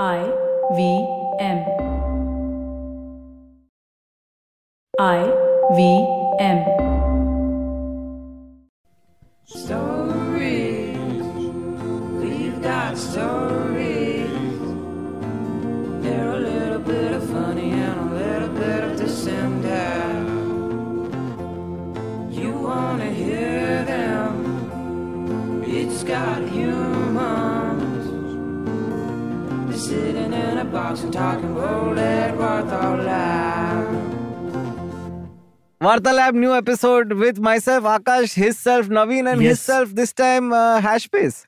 I V M. I V M. Stories. We've got stories. They're a little bit of funny and a little bit of this and that. You wanna hear them? It's got humans. They're sitting in a box and talking old Edward all loud. Vartalab new episode with myself Akash, his self Naveen, and his Yes. self this time uh, Hashbase.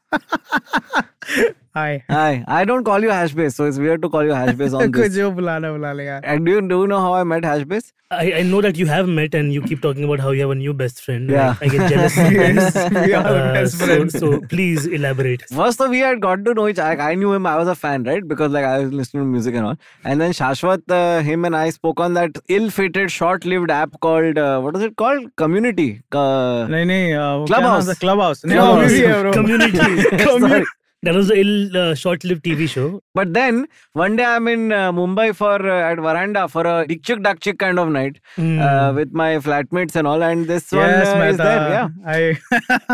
Hi Hi, I don't call you Hashbase, so it's weird to call you Hashbase on को this. जो बुलाना बुला ले यार And do you, do you know how I met Hashbase? I, I know that you have met and you keep talking about how you have a new best friend. Yeah. I, I get jealous. Uh, Yes, we are best so, friends. so please elaborate. First of we had got to know each I, I knew him, I was a fan, right? Because like I was listening to music and all. And then Shashwat, uh, him and I spoke on that ill-fated, short-lived app called, uh, what is it called? Community. Uh, नहीं नहीं आ, वो Club क्या नाम House. था club house नहीं Club अभी भी है House. Bro Community. Sorry. that was a ill, uh, short-lived TV show. But then one day I'm in uh, Mumbai for uh, at Veranda for a dik chick dak chick kind of night Hmm. uh, with my flatmates and all. And this yes one uh, is मैं oh, there, yeah. I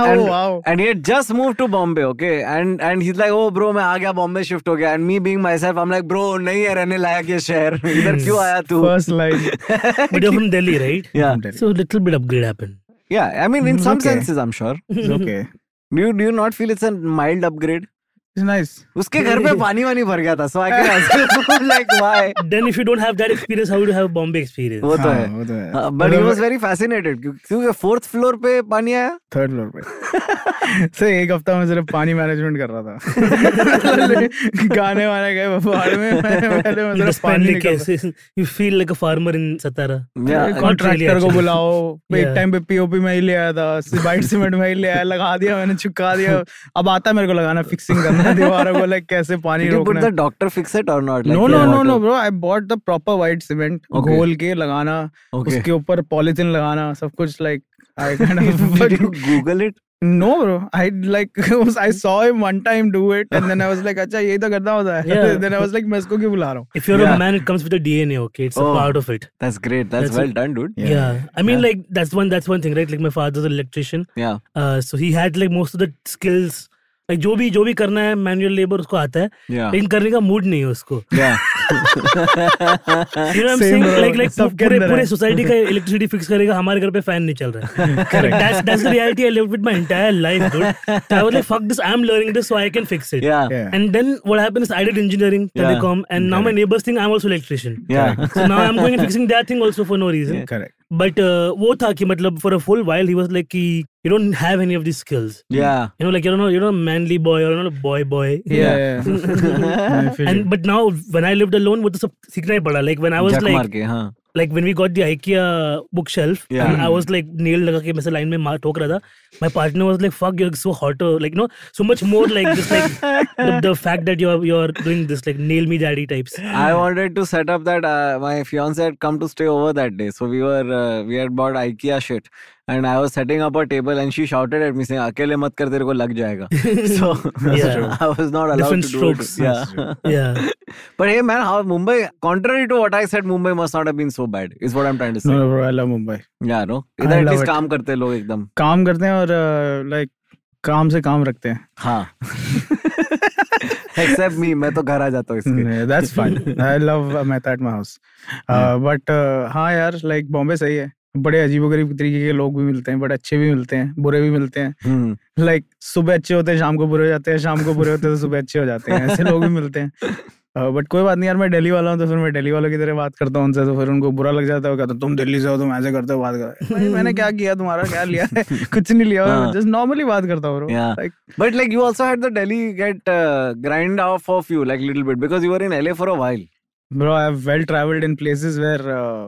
And- oh wow And he had just moved to Bombay, okay? And and he's like, oh bro, मैं आ गया Bombay shift हो गया. And me being myself, I'm like, bro, नहीं है रहने लायक ये शहर. इधर क्यों आया तू? First line but you're from Delhi, right? Yeah, So a little bit upgrade happened. yeah. I mean, in Mm, some okay. senses, I'm sure. Okay Do you do you not feel it's a mild upgrade? It's nice उसके घर पे पानी वानी भर गया था. So I can assume like why? Then if you don't have that experience, how would you have Bombay experience? वो तो है. वो तो है but he was very fascinated क्योंकि फोर्थ फ्लोर पे पानी आया थर्ड फ्लोर पे सर एक हफ्ता में सिर्फ पानी मैनेजमेंट कर रहा था गाने वाने गए पहाड़ में मैंने पहले मैं You सिर्फ just पानी panic निकल as- you feel like a farmer in Satara. Yeah. Not really, contractor को actually. बुलाओ एक Yeah. टाइम पे पीओपी में ही ले आया था वाइट सीमेंट में ही ले आया लगा दिया मैंने चुका दिया अब आता है मेरे को लगाना फिक्सिंग करना है दीवारों को लाइक कैसे पानी Did you put रोकना the doctor fix it or not? Like no the no no water? No bro I bought the proper white cement Okay. घोल के लगाना Okay. उसके ऊपर पॉलिथिन लगाना सब कुछ like I kind Did you of Google it? No bro I like I saw him one time do it and then I was like अच्छा यही तो करना होता है Yeah. Then I was like मैं इसको क्यों बुला रहा हूँ If you're Yeah. a man, it comes with a DNA. Okay, it's Oh. a part of it. That's great. That's, That's well it. done, dude. Yeah. I mean, like that's one. That's one thing, right? Like my father's an electrician. Yeah. Uh, so he had like most of the skills like जो भी जो भी करना है manual labour उसको आता है Yeah. लेकिन करने का मूड नहीं है उसको Yeah. You know what I'm Same saying? bro, Like- like सबके पूरे अंदर है। पूरे सोसाइटी का इलेक्ट्रिसिटी फिक्स करेगा हमारे घर पे फैन नहीं चल रहा है That's- that's the reality I lived with my entire life, dude. So I was like, fuck this, I'm learning this so I can fix it. Yeah. Yeah. And then what happened is I did engineering, Yeah. telecom, and now my neighbors think I'm also electrician. Yeah. So now I'm going and fixing that thing also for no reason. Correct But uh, वो था कि मतलब for a full while he was like कि you don't have any of these skills. Yeah. You know, like you're not you're not a manly boy or not a boy boy. and but now when I lived alone, वो तो सब सीखना ही पड़ा. Like when I was Jack like मार के, हाँ. like when we got the IKEA bookshelf, Yeah. and I was like nail लगा के मैं से लाइन में मार ठोक रहा था. My partner was like fuck you're so hotter like no so much more like just like the, the fact that you're you're doing this like nail me daddy types. I wanted to set up that uh, my fiance had come to stay over that day, so we were uh, we had bought IKEA shit, and I was setting up a table, and she shouted at me saying, "अकेले मत कर तेरे को लग जाएगा." So Yeah. I was not allowed Different to do strokes. it. Yeah. Yeah. But hey, man, how Mumbai, contrary to what I said, Mumbai must not have been so bad, is what I'm trying to say. No bro I love Mumbai Yeah, no? इधर I love at least it. काम करते हैं लोग एकदम काम करते हैं और लाइक काम से काम रखते हैं हाँ एक्सेप्ट मी मैं तो घर आ जाता हूँ इसके that's fine I love Mehta at my house but हाँ यार लाइक बॉम्बे सही है बड़े अजीबोगरीब तरीके के लोग भी मिलते हैं बट अच्छे भी मिलते हैं बुरे भी मिलते हैं हम्म, लाइक सुबह अच्छे होते हैं शाम को बुरे हो जाते हैं शाम को बुरे होते हैं तो सुबह अच्छे हो जाते हैं ऐसे लोग भी मिलते हैं बट कोई बात नहीं यार मैं दिल्ली वाला हूँ तो फिर मैं दिल्ली वालों की तरह बात करता हूँ उनसे तो फिर उनको बुरा लग जाता है वो कहते हैं, तुम दिल्ली से हो तुम ऐसे करते हो बात कर भाई, मैंने क्या किया तुम्हारा क्या लिया है कुछ नहीं लिया हाँ। जस्ट नॉर्मली बात करता हूँ bro. Yeah. Like, But like you also had the Delhi get uh, grind off of you like little bit because you were in LA for a while. Bro, I have well traveled in places where uh,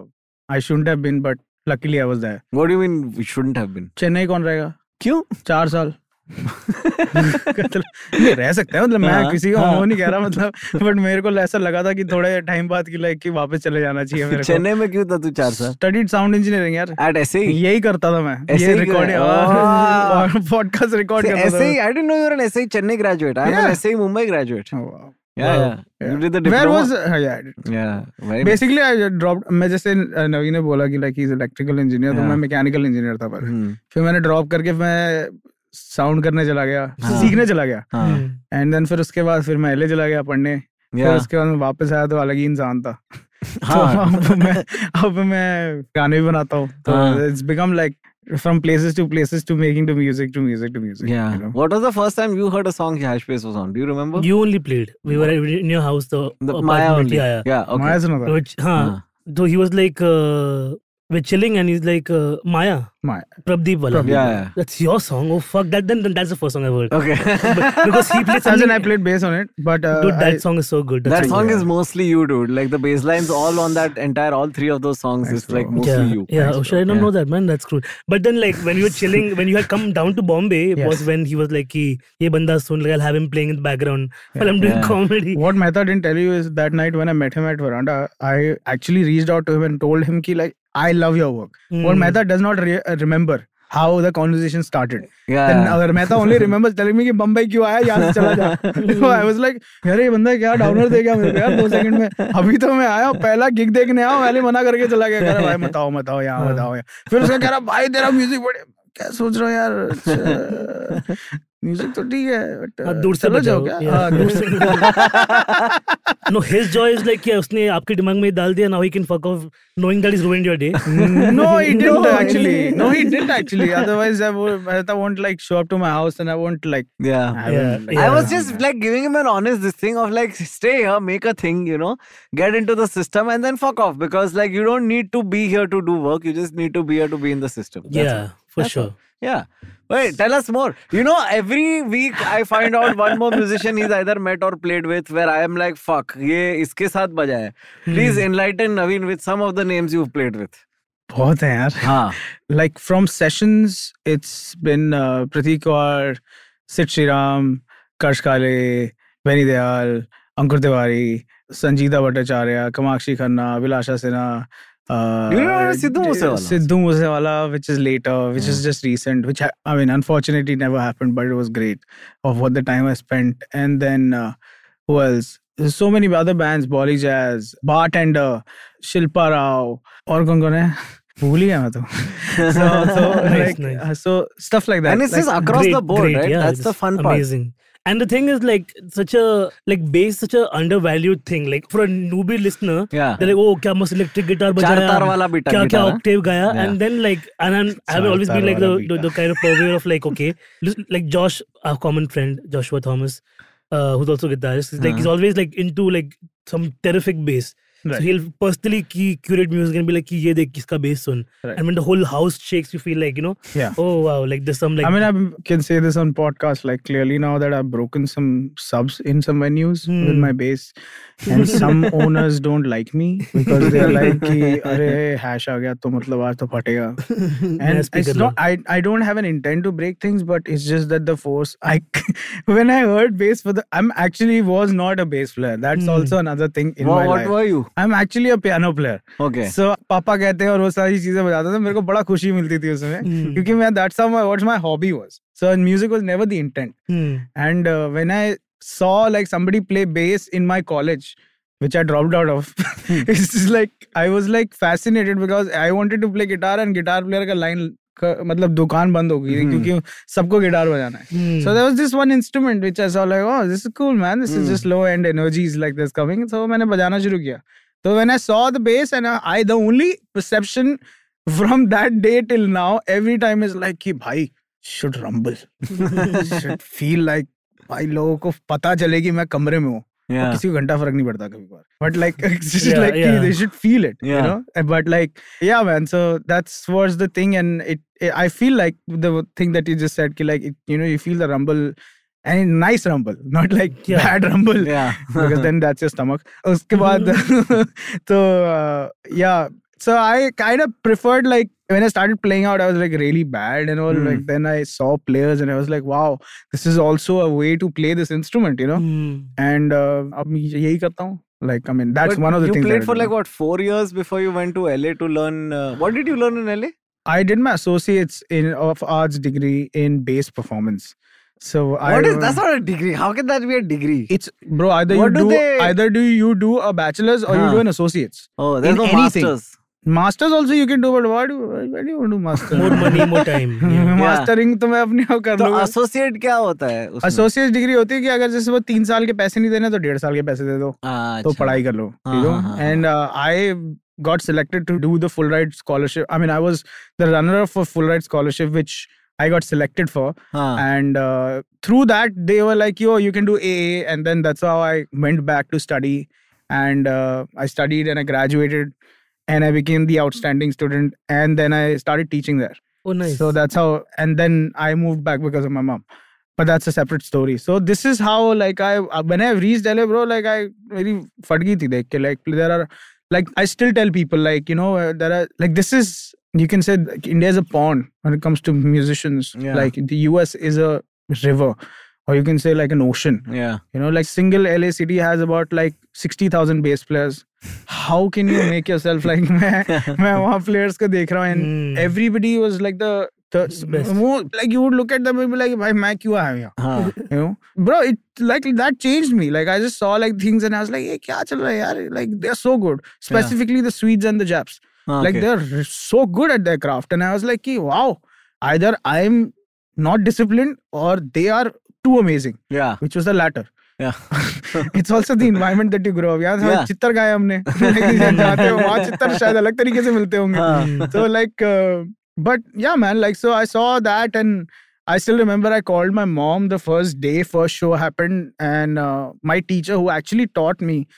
I shouldn't have been, but luckily I was there. What do you mean we shouldn't have been? Chennai कौन रहेगा क्यों? चार साल मतलब नहीं रह सकते हैं मतलब मैं हाँ, किसी को हाँ। वो नहीं कह रहा मतलब बट मेरे को ऐसा लगा था कि थोड़े टाइम बाद की लाइक कि वापस चले जाना चाहिए मेरे चेन्नई में क्यों था तू चार को साल? स्टडीड साउंड इंजीनियरिंग यार At E? SAE? यही करता था मैं ऐसे ये ही रिकॉर्ड क्यों है? Podcast record E Oh. See, E, करता था SAE, I didn't know you were an SAE Chennai graduate. I'm an Yeah. SAE Mumbai graduate. मैं। Oh, wow. Yeah, Wow. yeah. Yeah. You did the Where diploma. was हाँ, yeah, I did. Yeah, very nice. Basically I drop मैं जैसे अ, नवीन ने बोला कि like is electrical engineer तो Yeah. मैं mechanical engineer था पर Hmm. फिर मैंने ड्रॉप करके मैं साउंड करने चला गया हाँ. सीखने चला गया हाँ. Hmm. एंड देन फिर उसके बाद फिर मैं एलए चला गया पढ़ने फिर Yeah. उसके बाद मैं वापस आया तो अलग ही इंसान था हाँ. तो अब मैं अब मैं गाने भी बनाता हूँ तो हाँ. It's become like from places to places to making to music to music to music Yeah. What was the first time you heard a song Hashpace was on? Do you remember? You only played. We were in your house, the, the Oh, apartment. Maya only. Yeah, yeah. Yeah. Okay. माया सुना था Which, huh, हाँ. though he was like, uh, we're chilling and he's like, uh, Maya, Maya Prabdeep Wala. Prabdeep. Yeah. yeah. That's your song. Oh, fuck. That, then, then that's the first song I've heard. Okay. Because he तो played As in I something- played bass on it, but uh, Dude, that I- song is so good. That's that so song good. is mostly you, dude. Like the bass lines all on that entire, all three of those songs Thanks, is like bro. mostly yeah, you. yeah. oh, shit, I don't Yeah. know that, man. That's cool. But then, like, when we were chilling, when you had come down to Bombay, it Yes. was when he was like, "Ki, "Ye banda soon, like, I'll have him playing in the background while I'm doing Yeah. comedy." What Mehta didn't tell you is that night when I met him at Veranda, I actually reached out to him and told him ki like I love your work. What Hmm. Mehta does not re- uh, remember how the conversation started. Then Yeah. अगर Mehta only remembers telling me कि बम्बई क्यों आया यहाँ से चला जा. so I was like यार ये बंदा क्या downer दे गया मेरे को यार दो सेकंड में. अभी तो मैं आया हूँ, पहला gig देखने आया हूँ, पहले मना करके चला गया कह रहा भाई मत आओ मत आओ यहाँ मत आओ यहाँ. फिर उसका कह रहा भाई तेरा म्यूजिक बड़े क्या सोच रहा हूँ यार म्यूजिक तो ठीक है but, हाँ, uh, दूर से चलो जाओ बजाओ, क्या yeah. हाँ, दूर से No, his joy is like, yeah, उसने आपके दिमाग में डाल दिया. Now he can fuck off, knowing that he's ruined your day. Mm-hmm. no, he didn't Mm. No. actually. No, he didn't actually. Otherwise, I would, Mehta won't like show up to my house, and I won't like. Yeah. I won't, Yeah, like, I yeah. was just like giving him an honest this thing of like stay here, make a thing, you know, get into the system and then fuck off because like you don't need to be here to do work. You just need to be here to be in the system. That's yeah, for That's sure. Yeah. Wait, tell us more. You know, every week I find out one more musician he's either met or played with where I am like, fuck, ye iske saath baja hai. Hmm. Please enlighten Naveen with some of the names you've played with. बहुत है यार. Haan. Like from sessions, it's been uh, Pratik Kaur, Sid Shriram, Karsh Kale, Benny Dayal, Ankur Tiwari, Sanjita Bhattacharya, Kamakshi Khanna, Vilasha Sinha. Uh, Do you remember Sidhu Moosewala? Hmm. Sidhu Moosewala, which is later, which is just recent, which ha- I mean, unfortunately, never happened, but it was great of what the time I spent. And then uh, who else? There's so many other bands, Bolly Jazz, Bartender, Shilpa Rao, और कौन कौन है भूल ही गया मैं तो so, so, Nice, like, nice. uh, so stuff like that And it's like, just across the board, right? yeah, That's the it's fun part. Amazing. And the thing is, like, such a like bass, such a undervalued thing. Like for a newbie listener, Yeah. they're like, oh, क्या मस्त electric चार guitar बजाया, तार वाला हाँ? बेटा क्या क्या guitar, huh? octave गाया, and then like, and I'm, I've चार always been तार like the, हाँ? वाला the beat. हाँ। the kind of purveyor of like, okay, lis- like Josh, our common friend Joshua Thomas, uh, who's also guitarist, he's like he's always like into like some terrific bass. So Uh-huh. Right. he'll personally key, curate music and be like, "Ki ye dekh kiska bass sun," Right. and when the whole house shakes, you feel like you know, Yeah. oh wow, like there's some like I mean, I can say this on podcast like clearly now that I've broken some subs in some venues with Hmm. my bass, and some owners don't like me because they're like, कि, "अरे hash आ गया तो मतलब आज तो फटेगा." नया And speaker it's not. I I don't have an intent to break things, but it's just that the force. I when I heard bass for the, I'm actually was not a bass player. That's Hmm. also another thing in Wha- my what life. were you? I'm actually a piano player. Okay. So, पापा कहते हैं और वो सारी चीजें बजाता था मेरे को बड़ा खुशी मिलती थी उसमें Hmm. क्योंकि मैं that's how my what's my hobby was so music was never the intent Hmm. And when I uh, saw like somebody play bass in my college which i dropped out of Hmm. it's just like i was like fascinated because i wanted to play guitar and guitar player का line का, मतलब दुकान बंद हो गई थी Hmm. क्योंकि सबको गिटार बजाना है Hmm. So there was this one instrument which I saw like, oh, this is cool, man. This is just low end energies like this coming. So मैंने बजाना शुरू किया. So when I saw the bass and I, I the only perception from that day till now every time is like कि भाई should rumble, should feel like भाई लोगों को पता चले कि मैं कमरे में हूँ और Yeah. किसी को घंटा फर्क नहीं पड़ता कभी बार बट लाइक Yeah, like कि yeah. they should feel it you Yeah. know but like yeah man so that's was the thing and it, it i feel like the thing that you just said ki like it, you know you feel the rumble and a nice rumble not like Yeah. bad rumble Yeah. because then that's your stomach उसके बाद तो uh, yeah so i kind of preferred like when i started playing out i was like really bad and all Hmm. like then i saw players and i was like wow this is also a way to play this instrument you know Hmm. And uh, अब मैं यही करता हूँ like I mean that's But one of you the things played for like what four years before you went to LA to learn. Uh, what did you learn in LA? I did my associates in of arts degree in bass performance. So I What is don't that's know. not a degree? How can that be a degree? it's bro. Either you What do do, they- either do you do a bachelor's or you Huh. do an associates. Oh, there's in no anything. masters. Masters also you can do, but why do why do you want to do master? more money more time yeah. Mastering तो मैं अपने आप कर तो लूंगा associate क्या होता है उसमें? एसोसिएट डिग्री होती है कि अगर जैसे वो तीन साल के पैसे नहीं देने तो डेढ़ साल के पैसे दे दो हाँ, तो अच्छा. पढ़ाई कर लो हाँ, ठीक हाँ, हाँ, है and I got selected to do the full ride scholarship i mean i was the runner up for full ride scholarship which i got selected for हाँ. and uh, through that they were like yo you can do aa and then that's how i went back to study and uh, i studied and i graduated and i became the outstanding student and then i started teaching there oh nice so that's how and then i moved back because of my mom but that's a separate story so this is how like i uh, when i reached la bro like i really fatgi thi dekh ke, like there are like i still tell people like you know uh, there are like this is you can say like, india is a pond when it comes to musicians Yeah. like the us is a river or you can say like an ocean Yeah. you know, like single LA city has about like sixty thousand bass players. How can you make yourself like मैं मैं वहाँ players को देख रहा हूँ and Hmm. everybody was like the the Best. more like you would look at them and be like भाई मैं क्यों आया हूँ यहाँ हाँ. you know bro it like that changed me like I just saw like things and I was like ये क्या चल रहा है यार like they're so good specifically the Swedes and the Japs हाँ, like okay. they're so good at their craft and I was like कि, wow either I'm not disciplined or they are too amazing Yeah. which was the latter. Yeah. it's also the environment that you grow up. यार Yeah. yeah. चित्तर गाए हमने Like, जब जाते हो वहाँ चित्तर शायद अलग तरीके से मिलते होंगे. हाँ. Mm. So like, uh, but yeah, man. Like so, I saw that and. I still remember I called my mom the first day first show happened and uh, my teacher who actually taught me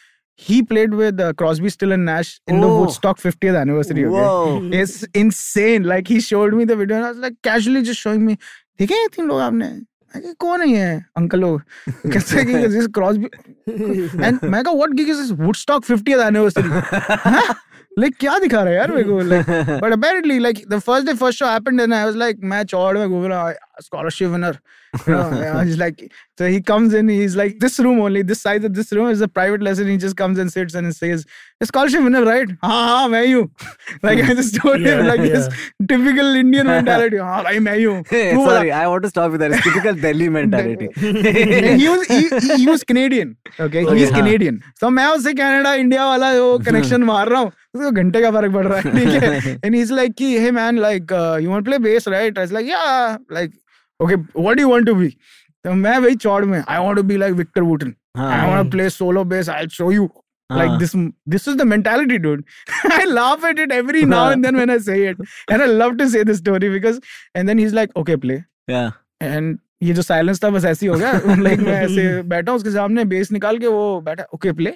he played with uh, Crosby Still and Nash in the Oh. Woodstock 50th anniversary okay? Whoa. It's insane. Like he showed me the video and I was like casually just showing me. देखे हैं तीन लोग आपने मैं कहा, कौन है ये अंकल लोग कैसे दिस क्रॉस एंड मैं कहा what gig is this Woodstock 50th anniversary like क्या दिखा रहा है यार मेरे को like but apparently like the first day first show happened and I was like मैं चौड़ में घूम रहा scholarship winner I was like so he comes in he's like this room only this size of this room is a private lesson he just comes and sits and he says "A scholarship winner right ha ha मैं you like I just told him Yeah, like this typical Indian mentality हाँ भाई मैं ही हूँ Hey, तू sorry, I want to stop you there. It's typical Delhi mentality. And he was he, he- he was Canadian. Okay, he is हाँ. Canadian. So मैं उससे Canada India वाला जो कनेक्शन मार रहा हूँ उसको घंटे का फर्क पड़ रहा है ठीक है एंड इज लाइक कि hey man like you want play bass right is like yeah like okay what do want to be तो मैं वही चौड़ में I want to be like Victor Wooten I want to play solo bass I show you Like हाँ. this, this is the mentality, dude. I laugh at it every now हाँ. and then when I say it, and I love to say this story because. And then he's like, "Okay, play." Yeah. And ये जो silence था बस ऐसे ही हो गया like मैं ऐसे बैठा उसके सामने बेस निकाल के वो बैठा okay play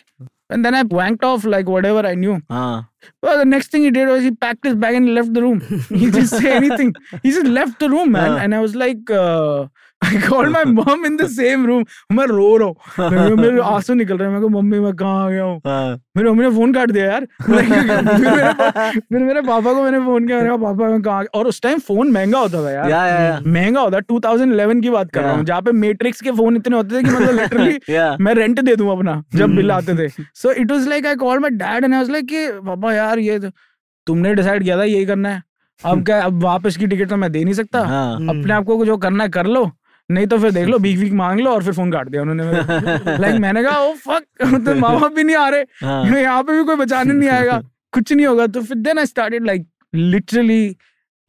and then I wanked off like whatever I knew हाँ. Well, the next thing he did was he packed his bag and left the room. He didn't say anything. He just left the room, man. Yeah. And I was like, uh, I called my mom in the same room. मैं रो रहा हूँ मेरे- मेरे आंसू निकल रहे हैं मैं को मम्मी मैं कहाँ आ गया हूँ हाँ. मेरी मम्मी ने फोन काट दिया यार Like, फिर मेरे पा- फिर मेरे पापा को मैंने फोन किया मैंने कहा पापा मैं कहाँ आ गया?" और उस टाइम फोन महंगा होता था यार Yeah, yeah, yeah. महंगा होता 2011 की बात कर रहा हूँ Yeah. जहाँ पे मैट्रिक्स के फोन इतने होते थे कि मतलब लिटरली Yeah. मैं रेंट दे दूं अपना जब बिल आते थे so it was like I call my dad and I was like कि पापा यार ये तो- तुमने डिसाइड किया था यही करना है अब क्या अब वापस की टिकट तो मैं दे नहीं सकता हाँ. Hmm. अपने आप को जो करना है कर लो नहीं तो फिर देख लो बीक वीक मांग लो और फिर फोन काट दिया उन्होंने लाइक मैंने कहा ओ फक तो माँ बाप भी नहीं आ रहे हाँ. मैं यहाँ पे भी कोई बचाने नहीं आएगा कुछ नहीं होगा तो फिर then I started like literally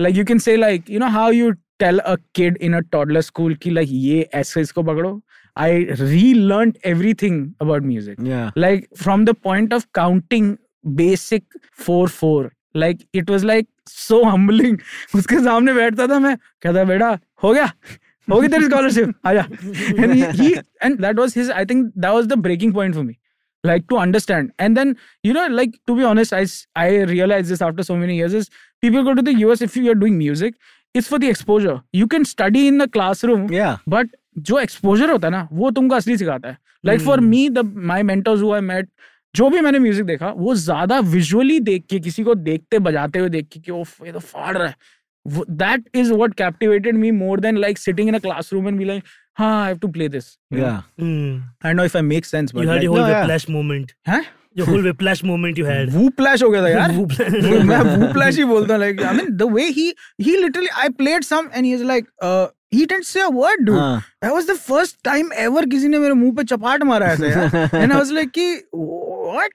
like you can say like you know how you tell a kid in a toddler school की लाइक ये ऐसे इसको पकड़ो I relearn everything about music Yeah. like from the point of counting basic 4-4 like it was like so humbling उसके सामने बैठता था मैं कहता बेटा हो गया हो गई तेरी स्कॉलरशिप आजा and he, he and that was his i think that was the breaking point for me like to understand and then you know like to be honest i s- i realized this after so many years is people go to the us if you are doing music it's for the exposure you can study in the classroom Yeah. But जो exposure होता है ना वो तुमको असली सिखाता है like for me the my mentors हुआ मेट जो भी मैंने म्यूजिक देखा वो ज्यादा विजुअली देख के किसी को देखते बजाते हुए देख के कि ओफ ये तो फाड़ रहा है that is what captivated me more than like sitting in a classroom and be like हाँ I have to play this Yeah. Mm. I know if I make sense you had your but whole No, yeah. whiplash moment हैं your whole whiplash moment you had. Whiplash हो गया था यार Whoop- मैं whiplash ही बोलता like I mean the way he he literally I played some and he is like uh, he didn't say a word dude हाँ. that was the first time ever किसी ने मेरे मुंह पे चपाट मारा ऐसे यार and i was like कि what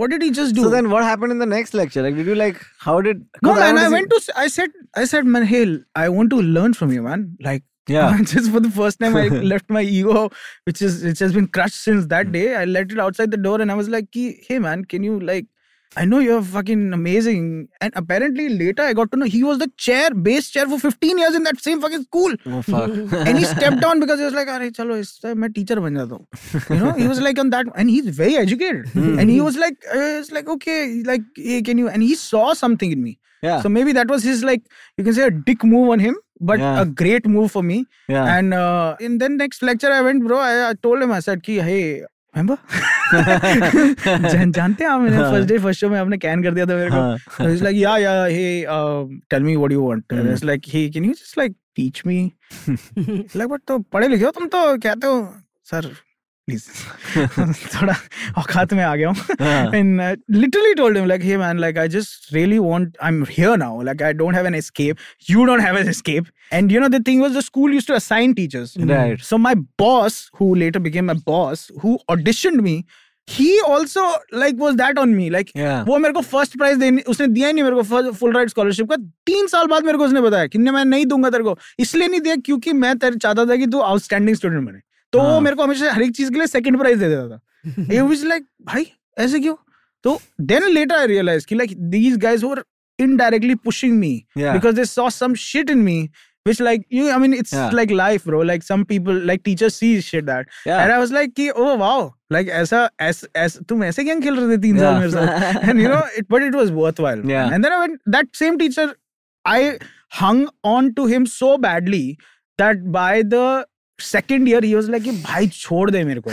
what did he just do So then, what happened in the next lecture? Like, did you like? How did? no 'cause man wanna i see- went to i said i said man hey i want to learn from you man like Yeah. just for the first time i left my ego which is which has been crushed since that day i let it outside the door and i was like कि, hey man can you like i know you're fucking amazing and apparently later i got to know he was the chair base chair for 15 years in that same fucking school Oh fuck. and he stepped down because he was like अरे चलो इससे मैं teacher बन जाता हूँ you know he was like on that and he's very educated Hmm. and Mm-hmm. he was like uh, it's like okay like hey, can you and he saw something in me Yeah. so maybe that was his like you can say a dick move on him but Yeah. a great move for me Yeah. and uh, in then next lecture I went bro I, I told him I said कि hey remember जान, जानते हैं आप मैंने हाँ. First day first show में आपने can कर दिया था मेरे को हाँ. So he's like, yeah, yeah. Hey, um, tell me what you want. Mm. And it's like, hey, can you just like teach me? It's like, but तो पढ़े लिखे हो तुम तो कहते हो सर प्लीज थोड़ा औकात में आ गया हूँ हाँ. and I literally told him like hey man like I just really want I'm here now like I don't have an escape you don't have an escape and you know the thing was the school used to assign teachers Right. so my boss who later became my boss who auditioned me he also like was that on me like Yeah. वो मेरे को first prize देने उसने दिया ही नहीं मेरे को full ride scholarship का तीन साल बाद मेरे को उसने बताया कि नहीं मैं नहीं दूंगा तेरे को इसलिए नहीं दिया क्योंकि मैं तेरे चाहता था कि तू आउटस्टैंडिंग स्टूडेंट बने तो वो हाँ। मेरे को हमेशा हर एक चीज के लिए सेकंड प्राइज दे देता था ये वाज लाइक भाई ऐसे क्यों तो देन लेटर आई रियलाइज कि like these guys were indirectly pushing me Yeah. because they saw some shit in me which like you i mean it's Yeah. like life bro like some people like teachers see shit that Yeah. and i was like ki, oh wow like aisa as as tum aise kyun khel rahe the teen saal Yeah. mere sath and you know it but it was worthwhile Yeah. and then i went that same teacher i hung on to him so badly that by the second year he was like कि भाई छोड़ दे मेरे को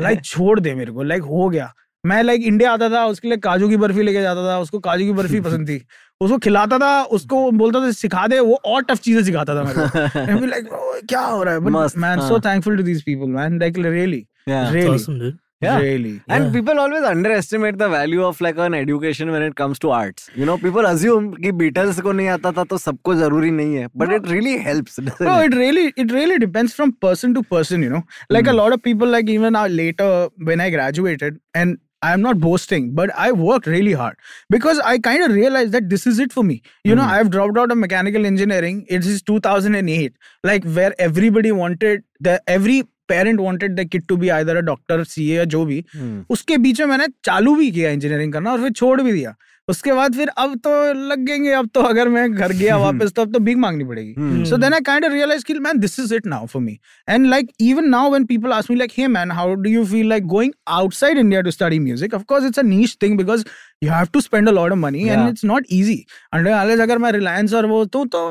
like छोड़ दे मेरे को like हो गया मैं लाइक इंडिया आता था उसके लिए काजू की बर्फी लेके जाता था उसको काजू की बर्फी पसंद थी उसको खिलाता था उसको बोलता था सिखा दे वो और टफ चीजें सिखाता था मेरे को And I'd be like, "Oh, क्या हो रहा है बट Must, मैन हाँ. So thankful to these people man like really Yeah. That's really awesome, dude. Yeah. Really And people always underestimate the value of like an education when it comes to arts. You know, people assume कि Beatles को नहीं आता था तो सबको जरूरी नहीं है. But it really helps. doesn't No, it? it really it really depends from person to person, you know. Like Hmm. a lot of people, like even now later when I graduated, and I'm not boasting, but I worked really hard because I kind of realized that this is it for me. You Hmm. know, I've dropped out of mechanical engineering. It is 2008, like where everybody wanted the every parent wanted their kid to be either a doctor CA या जो भी Hmm. उसके बीच में मैंने चालू भी किया engineering करना और फिर छोड़ भी दिया उसके बाद फिर अब तो लग गएंगे अब तो अगर मैं घर गया वापस तो अब तो भीख मांगनी पड़ेगी So then I kind of realized, कि, man, this is it now for me. And like even now, when people ask me, like, hey man, how do you feel like going outside India to study music? Of course, it's a niche thing because you have to spend a lot of money and Yeah. it's not easy. And unless अगर मैं Reliance और वो तो तो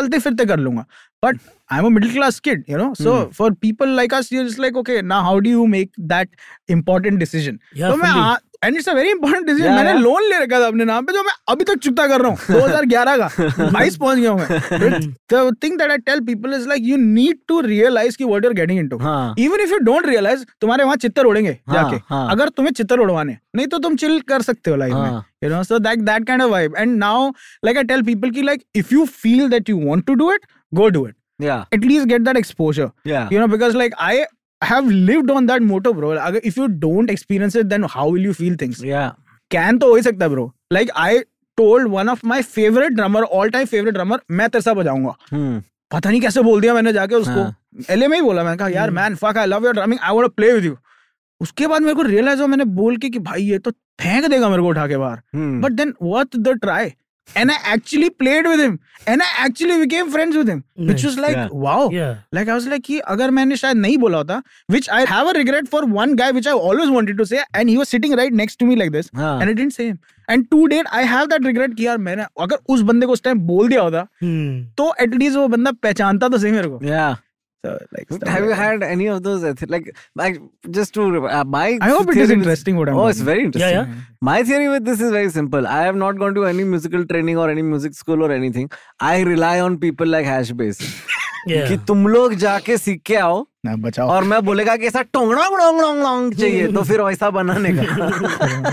चलते फिरते कर लूंगा. But I'm a middle class kid, you know. So for people like us, you're just like, okay, now how do you make that important decision? Yeah, तो मैं fully. आ- and it's a very important decision. Yeah, मैंने yeah. Loan ले रखा था अपने नाम पे जो मैं अभी तक चुकता कर रहा हूँ 2011 का 22 पहुंच गया हूँ मैं the thing that I tell people is like you need to realize कि what you're getting into. हाँ. Even if you don't realize, तुम्हारे वहाँ चित्तर उड़ेंगे हाँ, जाके. हाँ. अगर तुम्हें चित्तर उड़वाने हैं, नहीं तो तुम चिल कर सकते हो लाइफ में. हाँ. You know, so that that kind of vibe. And now, like I tell people कि like if you feel that you want to do it, go do it. Yeah. At least get that exposure. Yeah. You know, because like I have lived on that motto, bro. अगर if you don't experience it, then how will you feel things? Yeah. Can तो हो ही सकता है bro like I told one of my favourite drummer all time favourite drummer मैं तेरे साथ बजाऊंगा Hmm. पता नहीं कैसे बोल दिया मैंने जाके हाँ। उसको एलए में ही बोला मैंने कहा यार हम्म। Man fuck I love your drumming I want to play with you उसके बाद मेरे को रियलाइज हुआ मैंने बोल के कि भाई ये तो फेंक देगा मेरे को उठा के बाहर Hmm. But then worth the try and I actually played with him and I actually became friends with him which was like Yeah. Wow Yeah. Like I was like कि अगर मैंने शायद नहीं बोला होता which I have a regret for one guy which I always wanted to say and he was sitting right next to me like this हाँ. And I didn't say him and to date I have that regret कि यार मैंने अगर उस बंदे को उस time बोल दिया होता Hmm. तो एटलीस्ट वो बंदा पहचानता तो सही मेरे को Yeah. So, like, stuff Have you like that. had any of those? eth- Like, I, just to uh, my. I hope it is theory with- interesting what I'm Oh, it's doing. very interesting. yeah. My theory with this is very simple. I have not gone to any musical training or any music school or anything. I rely on people like Hashbase. Yeah. कि तुम लोग जाके सीख के आओ ना बचाओ और मैं बोलेगा कि ऐसा टोंगड़ा टोंग टोंग चाहिए तो फिर वैसा बनाने का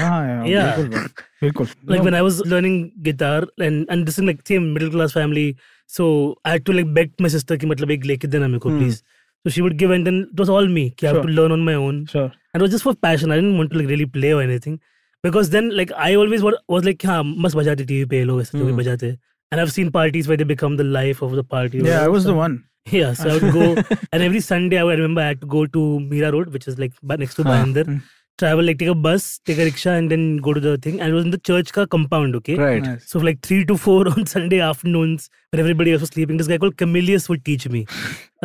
हाँ यार, Yeah. बिल्कुल बिल्कुल like when I was learning guitar and and this is like same middle class family, so I had to like beg my sister मतलब ki matlab ek leke dena meko please. So she would give and then it was all me. Ki I have to Hmm. Sure. learn on my own. Sure. And it was just for passion. I didn't want to like really play or anything. Because then like I always wa- was like हाँ मस्त बजाते TV पे ये लोग ऐसे जो Hmm. भी बजाते हैं." And I've seen parties where they become the life of the party. or Yeah, I was the something. one. Yeah, so I would go, and every Sunday I would I remember I had to go to Mira Road, which is like ba- next to Bandar. Hmm. Travel like take a bus, take a rickshaw, and then go to the thing. And it was in the church ka compound, okay? Right Nice. So like three to four on Sunday afternoons, when everybody else was sleeping, this guy called Camillus would teach me.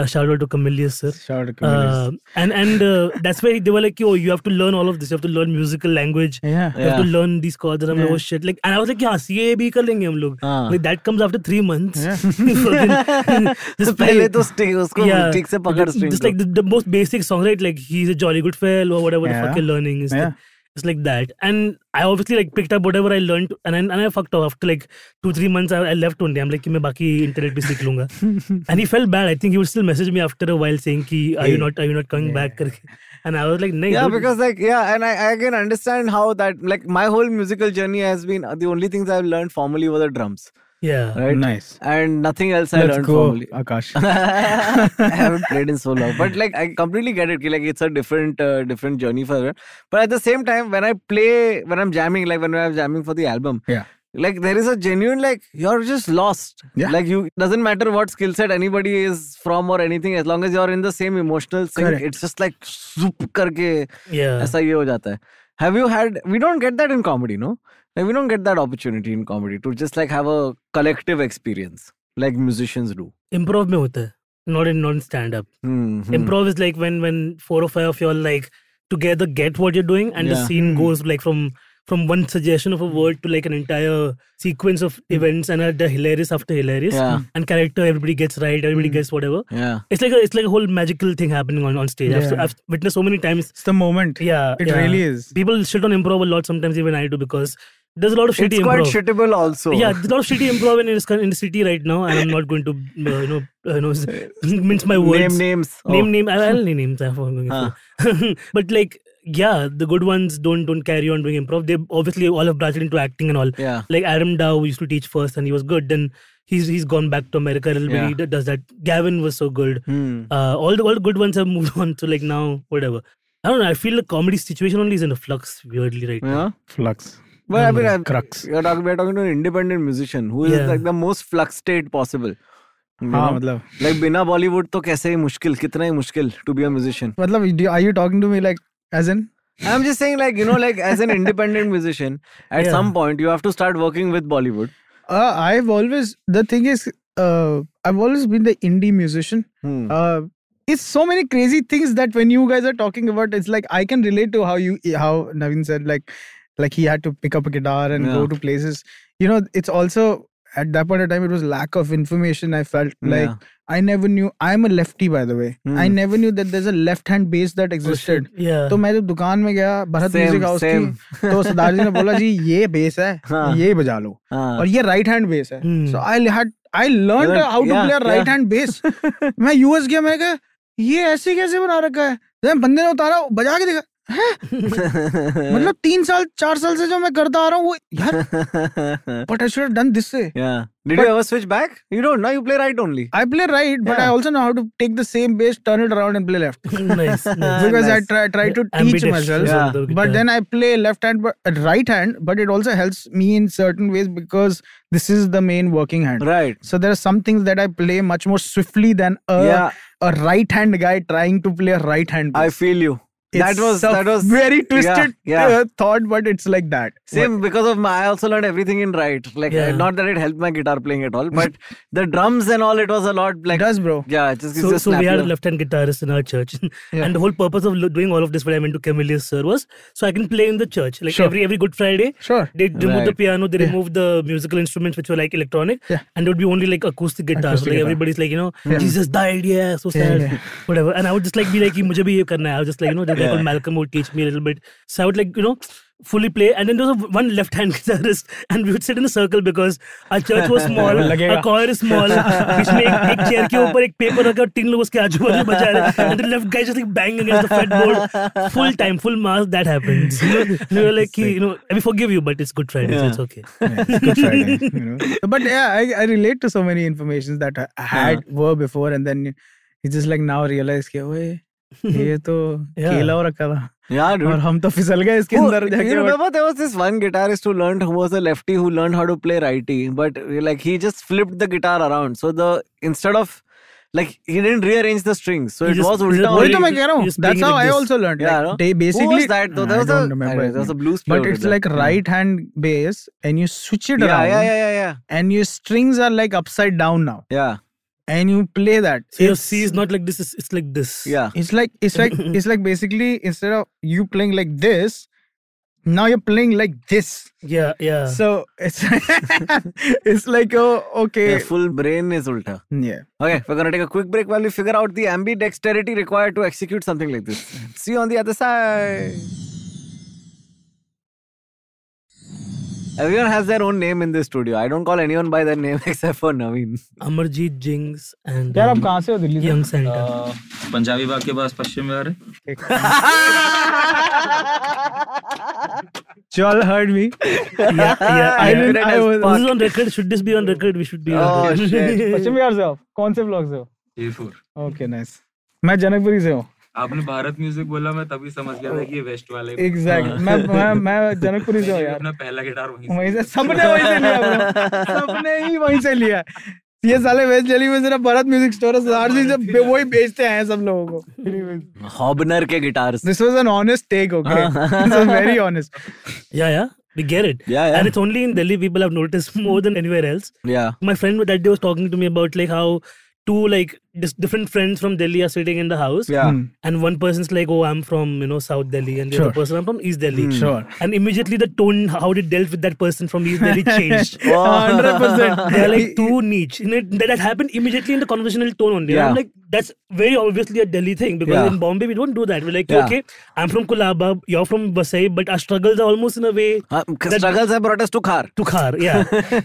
Uh, shout out to Camillus, sir. Shout out to Uh, and and uh, that's why they were like, yo, you have to learn all of this. You have to learn musical language. Yeah. You have to learn these chords. And I'm like, Yeah. oh shit. Like, and I was like, yeah, CA bhi kar lenge hum log. हाँ। Like that comes after three months. Yeah. Fucking- तो just पहले play- तो stick उसको yeah, ठीक से पकड़ just- string just को। like the, the most basic song, right? Like he's a jolly good fellow or whatever the Yeah. fuck you're learning is. Yeah. it's like that, and I obviously like picked up whatever I learned, and I, and I fucked off after like two three months. I, I left one day. I'm like, "कि मैं बाकी internet पे सीख लूँगा." and he felt bad. I think he would still message me after a while saying, "कि are you Hey. not are you not coming back?" करके. And I was like, "नहीं." yeah dude." because like yeah and I, I can understand how that like my whole musical journey has been uh, the only things i've learned formally were the drums yeah, right Nice. and nothing else i Let's learned go, formally Akash. I haven't played in so long, but like I completely get it. कि, Like it's a different, uh, different journey for everyone. But at the same time, when I play, when I'm jamming, like when I'm jamming for the album, Yeah. like there is a genuine like you're just lost. Yeah. Like you doesn't matter what skill set anybody is from or anything, as long as you're in the same emotional sync, Correct. it's just like soup karke yeah. ऐसा ये हो जाता है have you had we don't get that in comedy no like we don't get that opportunity in comedy to just like have a collective experience like musicians do Improv में होता है, not in not in stand up. Hmm, Improv is like when when four or five of you all like together get what you're doing, and the Yeah. scene goes like from from one suggestion of a word to like an entire sequence of events, and are the hilarious after hilarious, Yeah. and character everybody gets right, everybody gets whatever. yeah It's like a, it's like a whole magical thing happening on on stage. I've, Yeah. I've witnessed so many times. It's the moment. Yeah, It yeah. really is. People shit on improv a lot sometimes, even I do because there's a lot of shitty it's quite improv. shittable also Yeah, there's a lot of shitty improv in, this coun- in the city right now, and I'm not going to uh, you know uh, you know s- mince my words name names Oh, Ah. name name I'll name names I'm going for. but like yeah the good ones don't don't carry on doing improv they obviously all have branched into acting and all yeah like Adam Dow used to teach first and he was good then he's he's gone back to America a little Yeah. bit he d- does that Gavin was so good Hmm. uh, all the all the good ones have moved on to like now whatever I don't know I feel the comedy situation only is in a flux weirdly right now yeah Flux. but i mean I, Crux. you're talking we're talking to an independent musician who is Yeah. like the most flux state possible you हाँ know? मतलब like बिना बॉलीवुड तो कैसे ही मुश्किल कितना ही मुश्किल to be a musician मतलब do- are you talking to me like as in I'm just saying, like, you know, like as an independent musician, at Yeah. some point you have to start working with Bollywood. uh, I've always the thing is uh, I've always been the indie musician. Hmm. Uh, it's so many crazy things that when you guys are talking about, it's like I can relate to how you how Naveen said like like he had to pick up a guitar and go Yeah. to places. You know, it's also at that point of time it was lack of information. I felt like Yeah. I never knew. I'm a lefty by the way. I Hmm. Oh, never knew that there's a left hand bass that existed. yeah तो मैं जब दुकान में गया Bharat Same, music house same. की तो सरदार जी ने बोला जी ये बेस है हाँ। ये बजा लो हाँ। और ये राइट हैंड बेस है Hmm. So I had I learn Learned, how to yeah, play right yeah. Hand bass मैं यूएस गया मैंने कहा ये ऐसे कैसे बना रखा है जब बंदे ने उतारा बजा के देखा है मतलब तीन साल चार साल से जो मैं करता आ रहा हूँ वो यार but I should done this से yeah. Did you But- ever switch back? You don't. Now you play right only. I play right but I Yeah. Also know how to take the same bass turn it around and play left nice, nice. Because I nice. Try try to teach Ambidextrous myself on the but guitar. then i play left hand but uh, right hand but it also helps me in certain ways because this is the main working hand Right. so there are some things that i play much more swiftly than a, yeah. a right hand guy trying to play a right hand I bass. feel you. that It's was a that was very yeah, twisted Yeah. uh, thought but it's like that Same because of my. I also learned everything in right. Like uh, Yeah. not that it helped my guitar playing at all, but the drums and all it was a lot it like does bro yeah. It just it's so, just so we had a snappier. left-hand guitarist in our church, and the whole purpose of lo- doing all of this when I went to Camellia's sir was so I can play in the church. Like Sure. every every Good Friday, Sure. they removed the Right. piano, they removed the musical instruments which were like electronic, Yeah. and it would be only like acoustic guitars. Acoustic like guitar. everybody's like you know Jesus died, yeah, so Yeah, sad, yeah. whatever. And I would just like be like, "Ye, मुझे भी ये करना है. I was just like you know that record. Malcolm would teach me a little bit. So I would like, you know, fully play. And then there was a- one left hand guitarist, and we would sit in a circle because our church was small, लगेगा। our choir is small. बीच में एक, एक chair के ऊपर एक paper रखा और तीन लोग उसके आजू बाजू बजा रहे हैं। And the left guy just like bang against the fat board. Full time, full mass. That happens. You know, we were like, you know, we forgive you, but it's Good Friday, so it's okay. It's Good Friday, you know. But yeah, I, I relate to so many informations that I I had were before, and then you just like now realize कि ओए ये तो Yeah. केला हो रखा था Yeah, dude. और हम तो फिसल गए इसके Oh, अंदर you जाके but- remember there was this one guitarist who learned who was a lefty who learned how to play righty, but like he just flipped the guitar around. So the instead of like he didn't rearrange the strings, so He it just- was he ulta. just- वही तो Or मैं you- कह रहा हूँ you just that's playing how like I this. also learned Yeah, I like, know. they Who basically was that though? There I was don't a remember I- his there was a name. blues player. but who it's did that. like right hand bass and you switch it Yeah, around yeah, yeah, yeah, yeah. and your strings are like upside down now Yeah, and you play that So your It's- C is not like this, it's, it's like this. yeah. It's like it's like it's like basically instead of you playing like this, now you're playing like this. Yeah, yeah. So it's it's like oh okay Their full brain is ulta. yeah. Okay, we're gonna take a quick break while we figure out the ambidexterity required to execute something like this. See you on the other side. Everyone has their own name in this studio. I don't call anyone by their name except for Naveen. Amarjeet Jings and यार um, आप कहाँ से हो Delhi Young Santa. Punjabi बाग के पास पश्चिम बिहार है You all heard me. yeah, yeah. I yeah. didn't- I was- This is on record. Should this be on record? We should be. Oh, on record. पश्चिम बिहार से हो आप? कौन से ब्लॉग से हो? A four Okay nice. मैं जनकपुरी से हूँ. आपने भारत म्यूजिक बोला मैं तभी समझ गया था कि ये वेस्ट वाले हैं। हाँ। Exactly. मैं मैं मैं जनकपुरी से हूँ मैंने भी यार. अपना पहला गिटार वहीं से वहीं से सबने वहीं से लिया अपना। सबने ही वहीं से लिया ये साले वेस्ट दिल्ली में सिर्फ भारत म्यूजिक स्टोर है आरजी से बे- वही बेचते हैं सब लोगों को Anyways, Hobner ke guitars. this was an honest take okay हाँ। this was very honest Yeah, yeah. We get it. Yeah, yeah. And it's only in Delhi people have noticed more than anywhere else. Yeah. My friend that day was talking to me about like how two like dis- different friends from Delhi are sitting in the house. Yeah. Hmm. And one person's like, oh, I'm from you know South Delhi, and the Sure. other person I'm from East Delhi. Hmm. Sure. And immediately the tone how they dealt with that person from East Delhi changed. 100% They're like too niche. You know, that, that happened immediately in the conversational tone only. And I'm Yeah. like, that's very obviously a Delhi thing because Yeah. in Bombay we don't do that. We're like, Yeah. okay, I'm from Kolaba, you're from Vasai, but our struggles are almost in a way Uh, struggles have brought us to Khar. to Khar. Yeah.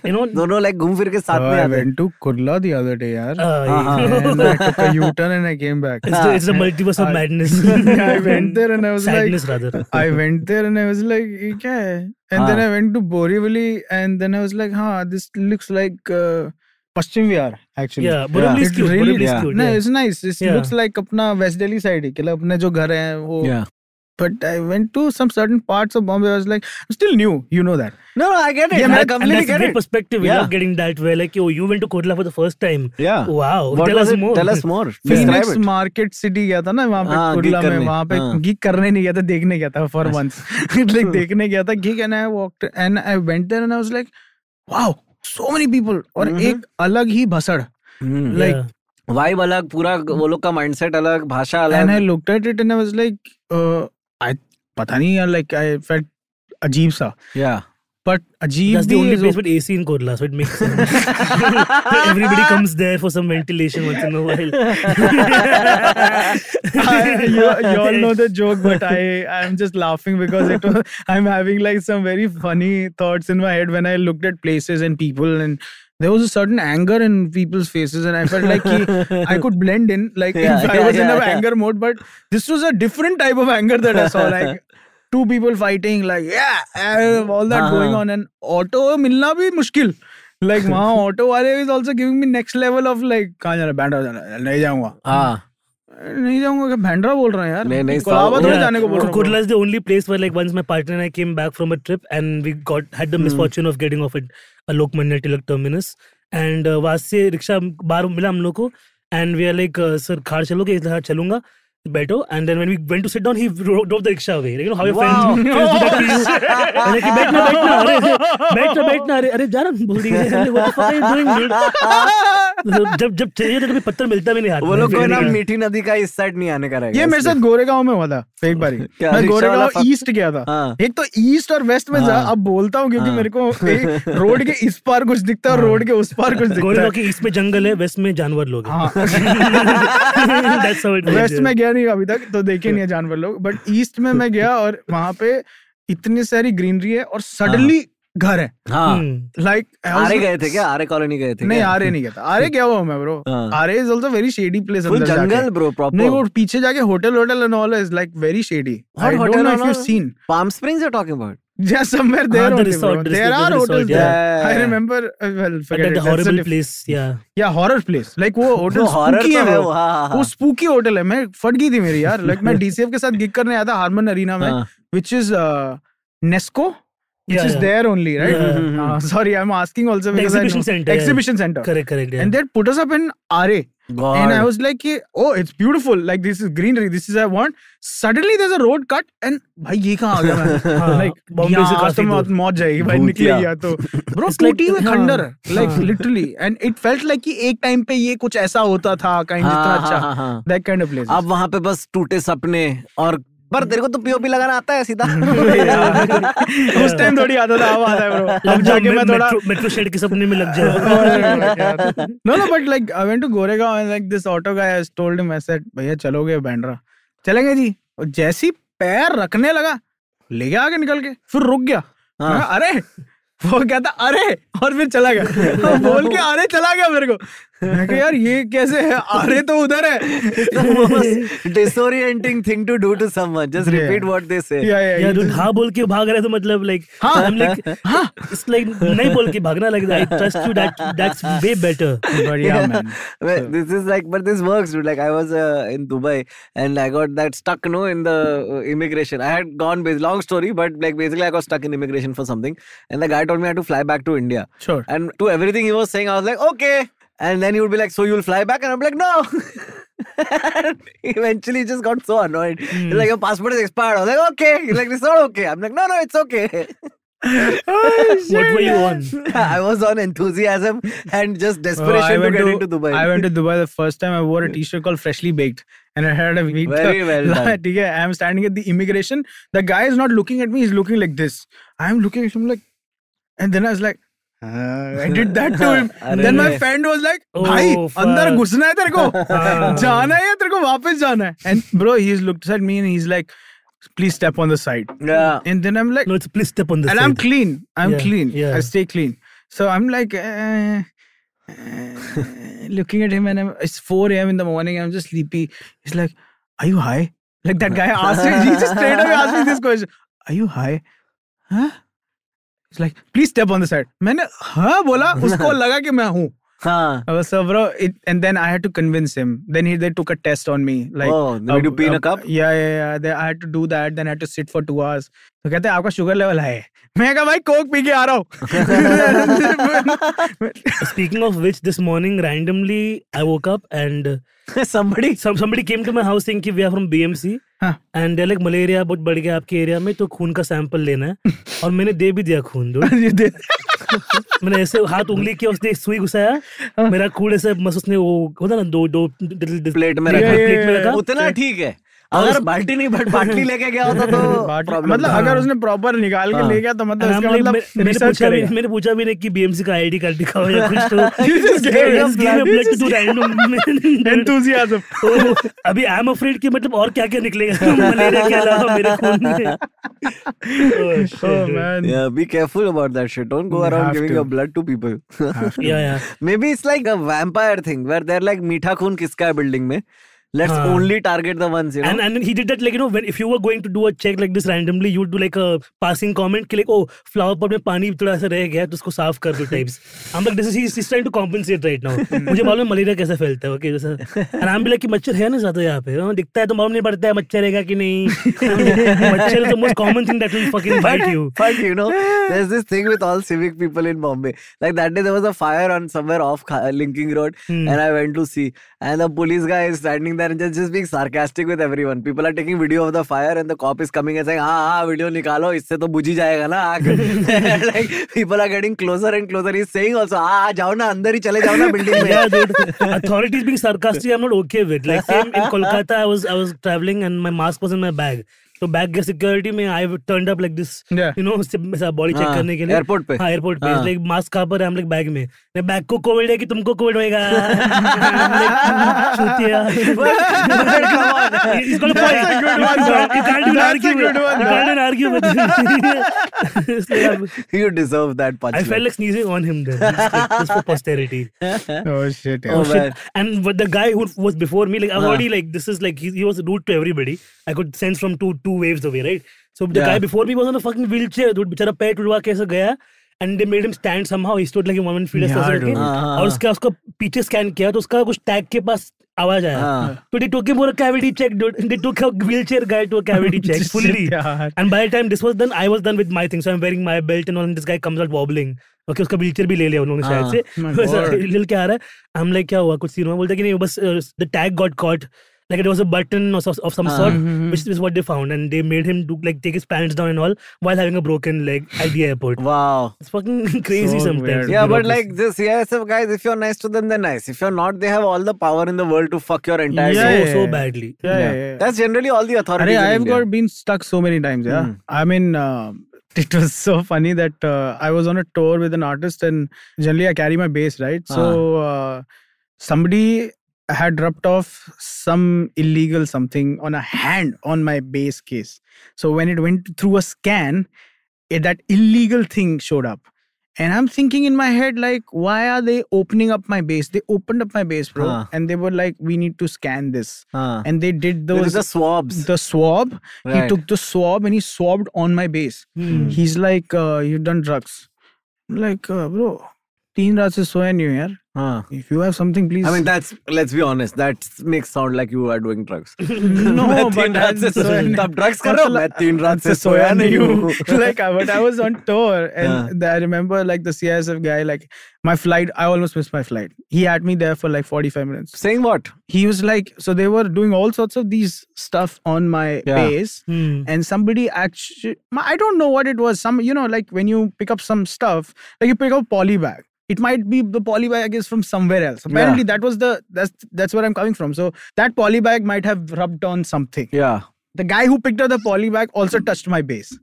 you know, दोनों like घूम फिर के साथ Oh, में I आते हैं. went to Kurla the other day yaar uh, and I took a U-turn and I came back it's, the, it's the multiverse of Uh, madness. I went there and I was Sadness like rather. I went there and I was like "ये क्या है?" and then हाँ. I went to Borivali and then I was like huh this looks like uh, Pashchim Vihar actually Yeah, but yeah. It is cute. really- Really, yeah. cute. No, Yeah. it's nice. It Yeah. looks like अपना waste Delhi side ही मतलब अपने जो घर हैं वो Yeah. But I went to some certain parts of Bombay. I was like, I'm still new. You know that. No, no, I get it. Yeah, I man, And completely that's a get great it. perspective. Yeah. We love getting that where like, oh, you went to Kotla for the first time. Yeah. Oh, Wow. What tell was us it? more. Tell us more. Describe Phoenix it. Market city गया था ना वहाँ पे हाँ, Kurla gig में करने, वहाँ पे हाँ। अच्छा। गीक करने नहीं गया था देखने गया था for months Hmm. Like Hmm. देखने गया था geek and I walked and I went there and I was like wow so many people और एक अलग ही भसड़ Hmm. Mm-hmm. Yeah. like, vibe अलग पूरा वो लोग का माइंडसेट अलग भाषा एंड आई अलग looked at it and I was like I uh, पता नहीं यार लाइक आई फेल्ट अजीब सा या बट अजीब That's the भी only is place okay. with AC in Kodla, so it makes sense. तो Everybody comes there for some ventilation once in a while. I, you, you all know the joke, but I I'm just laughing because it was, I'm having like some very funny thoughts in my head when I looked at places and people and. There was a certain anger in people's faces, and I felt like ki, I could blend in. Like Yeah, if I yeah, was in yeah, an yeah. anger mode, but this was a different type of anger that I saw. Like two people fighting, like yeah, eh, all that हाँ, going हाँ. on, and auto milna bhi mushkil. Like वहाँ auto wale is also giving me next level of like कहाँ जाना band जाना नहीं जाऊँगा हाँ नहीं जाऊंगा क्या भैंडरा बोल रहे हैं यार नहीं, नहीं, कोलाबा साउथ- थोड़ी Yeah. तो जाने को बोल रहा हूँ Kurla is the only place where, like, once my partner and I came back from a trip, and we got had Hmm. the misfortune of getting off at a Lokmanya Tilak terminus, and uh, वहाँ से rickshaw बाहर मिला हम लोग को, and we are like, uh, sir, car चलोगे? इसलिए हाँ चलूंगा. बैठो and then when we went to sit down he ro- drove the rickshaw away like, you know how your Wow. friends, friends do that to you And like बैठना हाँ, बैठना अरे बैठना बैठना अरे अरे जा रहा हूँ, बोल रही है what the fuck are you doing dude जब जब चाहिए तो कभी पत्थर मिलता भी नहीं हाथ वो में। लोग को ना फिर- मीठी नदी का इस साइड नहीं आने का रहेगा ये मेरे साथ इसलिए। गोरेगांव में हुआ था एक बारी क्या, मैं रिक्शा वाला गोरेगांव फक- ईस्ट गया था हाँ एक तो ईस्ट और वेस्ट में जा हाँ। अब बोलता हूँ क्योंकि हाँ। मेरे को एक रोड के इस पार कुछ दिखता है और हाँ। रोड के उस पार कुछ दिखता गोरेगांव है के ईस्ट में जंगल है वेस्ट में जानवर लोग हैं। हाँ That's how it works, waste yeah. में गया नहीं अभी तक तो देखे नहीं है जानवर लोग बट ईस्ट में मैं गया और वहां पे इतनी सारी ग्रीनरी है और सडनली घर है हाँ हम्म। लाइक आरे गए थे क्या आरे कॉलोनी गए थे नहीं क्या? आरे नहीं गया था आरे क्या हुआ मैं ब्रो हाँ। आरे तो is also very shady place Full jungle bro नहीं वो प्रॉपर पीछे जाके hotel hotel and all is like very shady What I don't hotel know and if you all? Seen Palm Springs are talking about Yeah, somewhere there. Ah, the only, resort, bro. the There resort, are the hotels resort, there. yeah. I remember. Uh, well, But forget it. that That's a horrible diff- place, yeah. Yeah, horror place. Like वो hotel horror spooky तो है है bro. वो हाँ हाँ वो spooky hotel है मैं फट गई थी मेरी यार लाइक मैं DCF के साथ गिग करने आया था हार्मन अरीना में हाँ which is uh, Nesco which Yeah, is yeah. there only right Yeah. Uh, sorry I'm asking also The because I exhibition know- center, yeah. exhibition center Correct, correct, yeah. and they put us up in RA and I God. was like "Ye- oh it's beautiful like this is greenery this is I want suddenly there's a road cut and भाई ये कहाँ आ गया मैं हाँ, like Bombay यहाँ से आज तो काफी मौत दूर। मौत जाएगी भाई भूतिया। निकलेगी या तो ब्रो It's like- टूटी हुई हाँ, खंडर लाइक हाँ। Literally and it felt like कि एक टाइम पे ये कुछ ऐसा होता था काइंड हाँ, इतना हाँ, अच्छा हाँ, हाँ। दैट काइंड ऑफ प्लेस अब वहाँ पे बस टूटे सपने और पर तेरे को तो पीओपी लगाना आता है सीधा उस टाइम थोड़ी आता था अब आता है ब्रो लग अब जाओ जाके मैं थोड़ा हाँ, मेट्रो- मेट्रो शेड के सपने में लग जाओ no, no, but like I went to Goregaon and like this auto guy has told him, I said, भैया चलोगे बैंड्रा चलेंगे जी और जैसे ही पैर रखने लगा ले गया आगे निकल के फिर रुक गया मैं हाँ। कहा, अरे वो कहता अरे और फिर चला गया वो बोल के अरे चला गया मेरे को मैं कहा, यार ये कैसे है अरे तो उधर है disorienting thing to do to someone just Yeah. Repeat what they say या, या, यार dude, हाँ बोल के भाग रहा है तो मतलब लाइक हाँ, हम लाइक इट्स लाइक नहीं बोल के भागना लग रहा है trust you that that's way better हाँ, बढ़िया man. Well, this is like, but this works, dude. Like, I was uh, in Dubai and I got that stuck, no, in the uh, immigration. I had gone, bas- long story, but like, basically, I got stuck in immigration for something. And the guy told me I had to fly back to India. Sure. And to everything he was saying, I was like, okay. And then he would be like, so you'll fly back? And I'm like, no. And Eventually, he just got so annoyed. Hmm. He's like, your passport is expired. I was like, okay. He's like, it's not okay. I'm like, no, no, it's okay. What were you on I was on enthusiasm and just Oh, I desperation to went get to- into Dubai. Hmm. I went to Dubai the first time. I wore a T-shirt called Freshly Baked, and I had a meet. Very well done. ठीक है, I am standing at the immigration. The guy is not looking at me. He's looking like this. I am looking at him like, and then I was like. "Ah," I did that to him. अरे then my रे। friend was like, Oh, "भाई अंदर fuck. घुसना है तेरे को, हाँ। जाना है या तेरे को वापस जाना है." And bro, he's looked at me and he's like, "Please step on the side." Yeah. And then I'm like, no it's please step on the and I'm clean. I'm Yeah, clean. yeah. I stay clean. So I'm like, uh, uh, looking at him, and I'm, it's 4 a.m. in the morning. I'm just sleepy. He's like, "Are you high?" Like that guy asked me. He just straight away asked me this question: "Are you high?" Huh? He's like, "Please step on the side." मैंने हाँ बोला उसको लगा कि मैं हूँ. Huh. I was so bro. It, and then I had to convince him. Then he they took a test on me. Like, Oh, they made you pee in a cup? Yeah, yeah, yeah. They, I had to do that. Then I had to sit for two hours. तो कहते हैं आपका sugar level high है मैं कहा भाई Coke पी के आ रहा हूँ Speaking of which, this morning randomly I woke up and somebody some, somebody came to my house saying कि we are from BMC हाँ। and they're like मलेरिया बहुत बढ़ गया आपके एरिया में तो खून का सैंपल लेना है और मैंने दे भी दिया खून dude. ये दे- तो मैंने ऐसे हाथ उंगली किया उसने एक सुई घुसाया मेरा खून ऐसे मस उसने वो होता ना दो दो प्लेट प्लेट में Yeah, रखा yeah, प्लेट में yeah. रखा उतना ठीक है अगर बाल्टी नहीं बट बाटली लेके गया होता तो बाटली- problem मतलब था। अगर उसने प्रॉपर निकाल के हाँ। ले गया तो And मतलब I'm इसका like, मतलब मैं- मैंने रिसर्च पूछा भी करेगा मैंने पूछा भी नहीं कि बीएमसी का आईडी कार्ड दिखाओ या कुछ तो You just gave They him just gave me blood. You blood to just do random Enthusiasm. तो अभी आई एम अफ्रेड कि मतलब और क्या क्या निकलेगा मलेरिया के अलावा मेरे खून में Oh, shit, Oh, dude. man. Yeah, be careful about that shit. Don't go You around have giving to. your blood to people. Yeah, yeah. Maybe it's like a vampire thing where they're like मीठा खून किसका है building में Let's हाँ. only target the ones you know. And and he did that like you know when if you were going to do a check like this randomly you would do like a passing comment कि like oh flower pot में पानी थोड़ा सा रह गया है, तो उसको साफ कर दो types I'm like this is he's, he's trying to compensate right now मुझे मालूम है मलेरिया कैसे फैलता है ओके जैसा and I'm like कि मच्छर है ना ज्यादा यहाँ पे हाँ, दिखता है तो मालूम नहीं पड़ता है मच्छर रहेगा कि नहीं मच्छर is the most common thing that will fucking bite you But you know, there's this thing with all civic people in Bombay. Like that day, there was a fire on somewhere off Kha- uh, Linking Road, Hmm. and I went to see. And the police guy is standing there and just, just being sarcastic with everyone. People are taking video of the fire and the cop is coming and saying, ah, ah video nikalo, isse to buji jayega na aag. like, people are getting closer and closer. He's saying also, ah, ah, jao na, andar hi chale jao na building yeah, mein. dude. Authorities being sarcastic, I'm not okay with. Like same in Kolkata, I was I was traveling and my mask was in my bag. तो bag के security में I turn up like this Yeah. You know body check हाँ, करने के लिए airport पे। हाँ airport पे हाँ। लाइक मास्क कहाँ पर है हम लाइक बैग में ना बैग को कोविड है कि तुमको कोविड होएगा I'm like, "चूतिया." He's got a point. That's a good one, You can't- you can't even That's a argue good with- one, you can't even argue with it. It's like, You deserve that punch. I felt like sneezing on him then just like- just for posterity Oh shit. Oh, Oh, shit. man. And but the guy who was before me, like I've Huh. already like this is like he, he was rude to everybody. I could sense from two two waves away, right? So the Yeah. guy before me was on a fucking wheelchair, dude. Bichara पैर टूटवा कैसे गया? And they made him stand somehow. He stood like in one minute feet or Yeah, something. dude. हाँ, और हाँ. उसका उसको पीछे scan किया तो उसका कुछ टैग के पास आवाज आया हाँ. तो they took him for a cavity check dude they took a wheelchair guy to a cavity check Shit, fully यार. and by the time this was done I was done with my thing so I'm wearing my belt and all and this guy comes out wobbling okay उसका wheelchair भी ले लिया उन्होंने शायद हाँ. से oh My वैसा God. हिल के आ रहा है हम लाइक क्या हुआ कुछ सीन हुआ बोलता है कि नहीं बस uh, the tag got caught like it was a button or so- of some Ah. sort Mhm, mhm. which is what they found and they made him do like take his pants down and all while having a broken leg at the airport Wow. it's fucking crazy So sometimes weird. Yeah, but bureaucracy. like this CISF guys, if you're nice to them, they're nice. If you're not, they have all the power in the world to fuck your entire Yeah, so day. yeah, so yeah. badly Yeah, yeah, yeah. That's generally all the authorities. Arey, in I have India. got been stuck so many times. Yeah, Hmm. I mean, uh, it was so funny that uh, I was on a tour with an artist, and generally I carry my bass, right? So Uh-huh. uh, somebody had dropped off some illegal something on a hand on my bass case. So when it went through a scan, it, that illegal thing showed up. And I'm thinking in my head, like, why are they opening up my base? They opened up my base, bro. Huh. And they were like, we need to scan this. Huh. And they did There those is the swabs. the swab. He Right. Hmm. took the swab and he swabbed on my base. He's like, uh, "You've done drugs." I'm like, uh, bro, teen raat se soya nahi yaar. Huh. If you have something, please. I mean, that's let's be honest. That makes sound like you are doing drugs. no, मैं but तीन रात I'm से soya सोया nahi- तब drugs कर रहे हो? मैं तीन रात से सोया नहीं हूँ। like, I- but I was on tour, and हाँ. the- I remember like the CISF guy, like my flight. I almost missed my flight. He had me there for like forty-five minutes. Saying what? He was like, so they were doing all sorts of these stuff on my Yeah. base. Hmm. and somebody actually i don't know what it was some you know like when you pick up some stuff like you pick up poly bag it might be the poly bag is from somewhere else apparently that was the that's that's where i'm coming from so that poly bag might have rubbed on something Yeah. the guy who picked up the poly bag also touched my base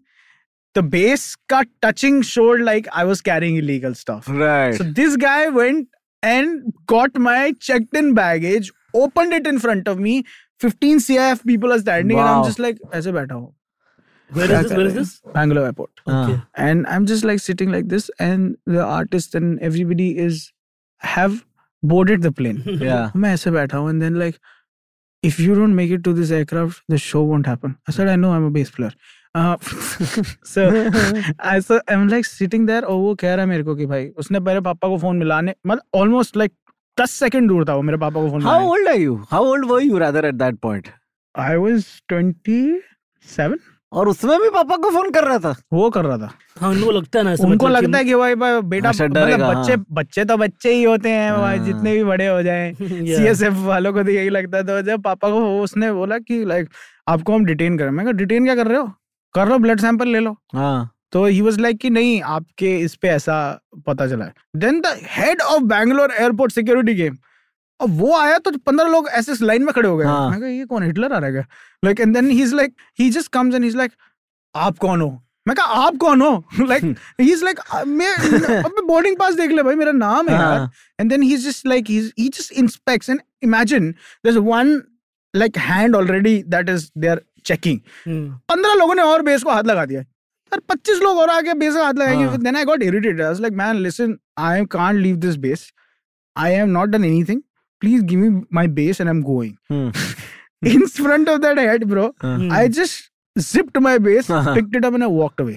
the base cut touching showed like i was carrying illegal stuff Right. so this guy went and got my checked in baggage, opened it in front of me. 15 CIF people are standing, and I'm Wow. just like, ऐसे बैठा हूँ. where is this where is this Bangalore airport. Uh, And I'm just like sitting like this, and the artist and everybody is have boarded the plane. yeah. मैं ऐसे बैठा हूँ, and then like, if you don't make it to this aircraft, the show won't happen. I said, I know, I'm a bass player. Uh, so I so I'm like sitting there और वो कह रहा है मेरे को कि भाई उसने पहले पापा को फोन मिलाने मतलब almost like 10 सेकंड दूर था वो मेरे पापा को phone How old are you? How old were you rather at that point? I was 27 और उसमें भी पापा को फोन कर रहा था वो कर रहा था हाँ उनको लगता है ना ऐसे उनको मतलब कि- लगता है कि भाई भाई बेटा हाँ, शायद डरेगा, मतलब बच्चे हाँ। बच्चे तो बच्चे ही होते हैं भाई हाँ। जितने भी बड़े हो जाएं Yeah. सीएसएफ वालों को तो यही लगता था जब पापा को वो- उसने बोला कि लाइक आपको हम डिटेन कर रहे हैं मैं कहा डिटेन क्या कर रहे हो कर लो ब्लड सैंपल ले लो हाँ तो ही वॉज लाइक कि नहीं आपके इस पे ऐसा पता चला है then the head of Bangalore airport security game और वो आया तो पंद्रह लोग ऐसे लाइन में खड़े हो गए हाँ। मैं कहा ये कौन हिटलर आ रहा है like and then he is like he just comes and he is like आप कौन हो मैं कहा आप कौन हो लाइक ही इज लाइक मैं अबे बोर्डिंग पास देख ले भाई मेरा नाम है यार हाँ। And then he is just like he he just inspects and imagine there is one like hand already that is they are checking हम्म. पंद्रह लोगों ने और बेस को हाथ लगा दिया यार पच्चीस लोग और आगे बेस का हाथ लगाएंगे हाँ। Then I got irritated I was like man listen I can't leave this base I have not done anything please give me my base and I am going hmm, in front of that head bro हाँ। I just zipped my base हाँ। picked it up and i walked away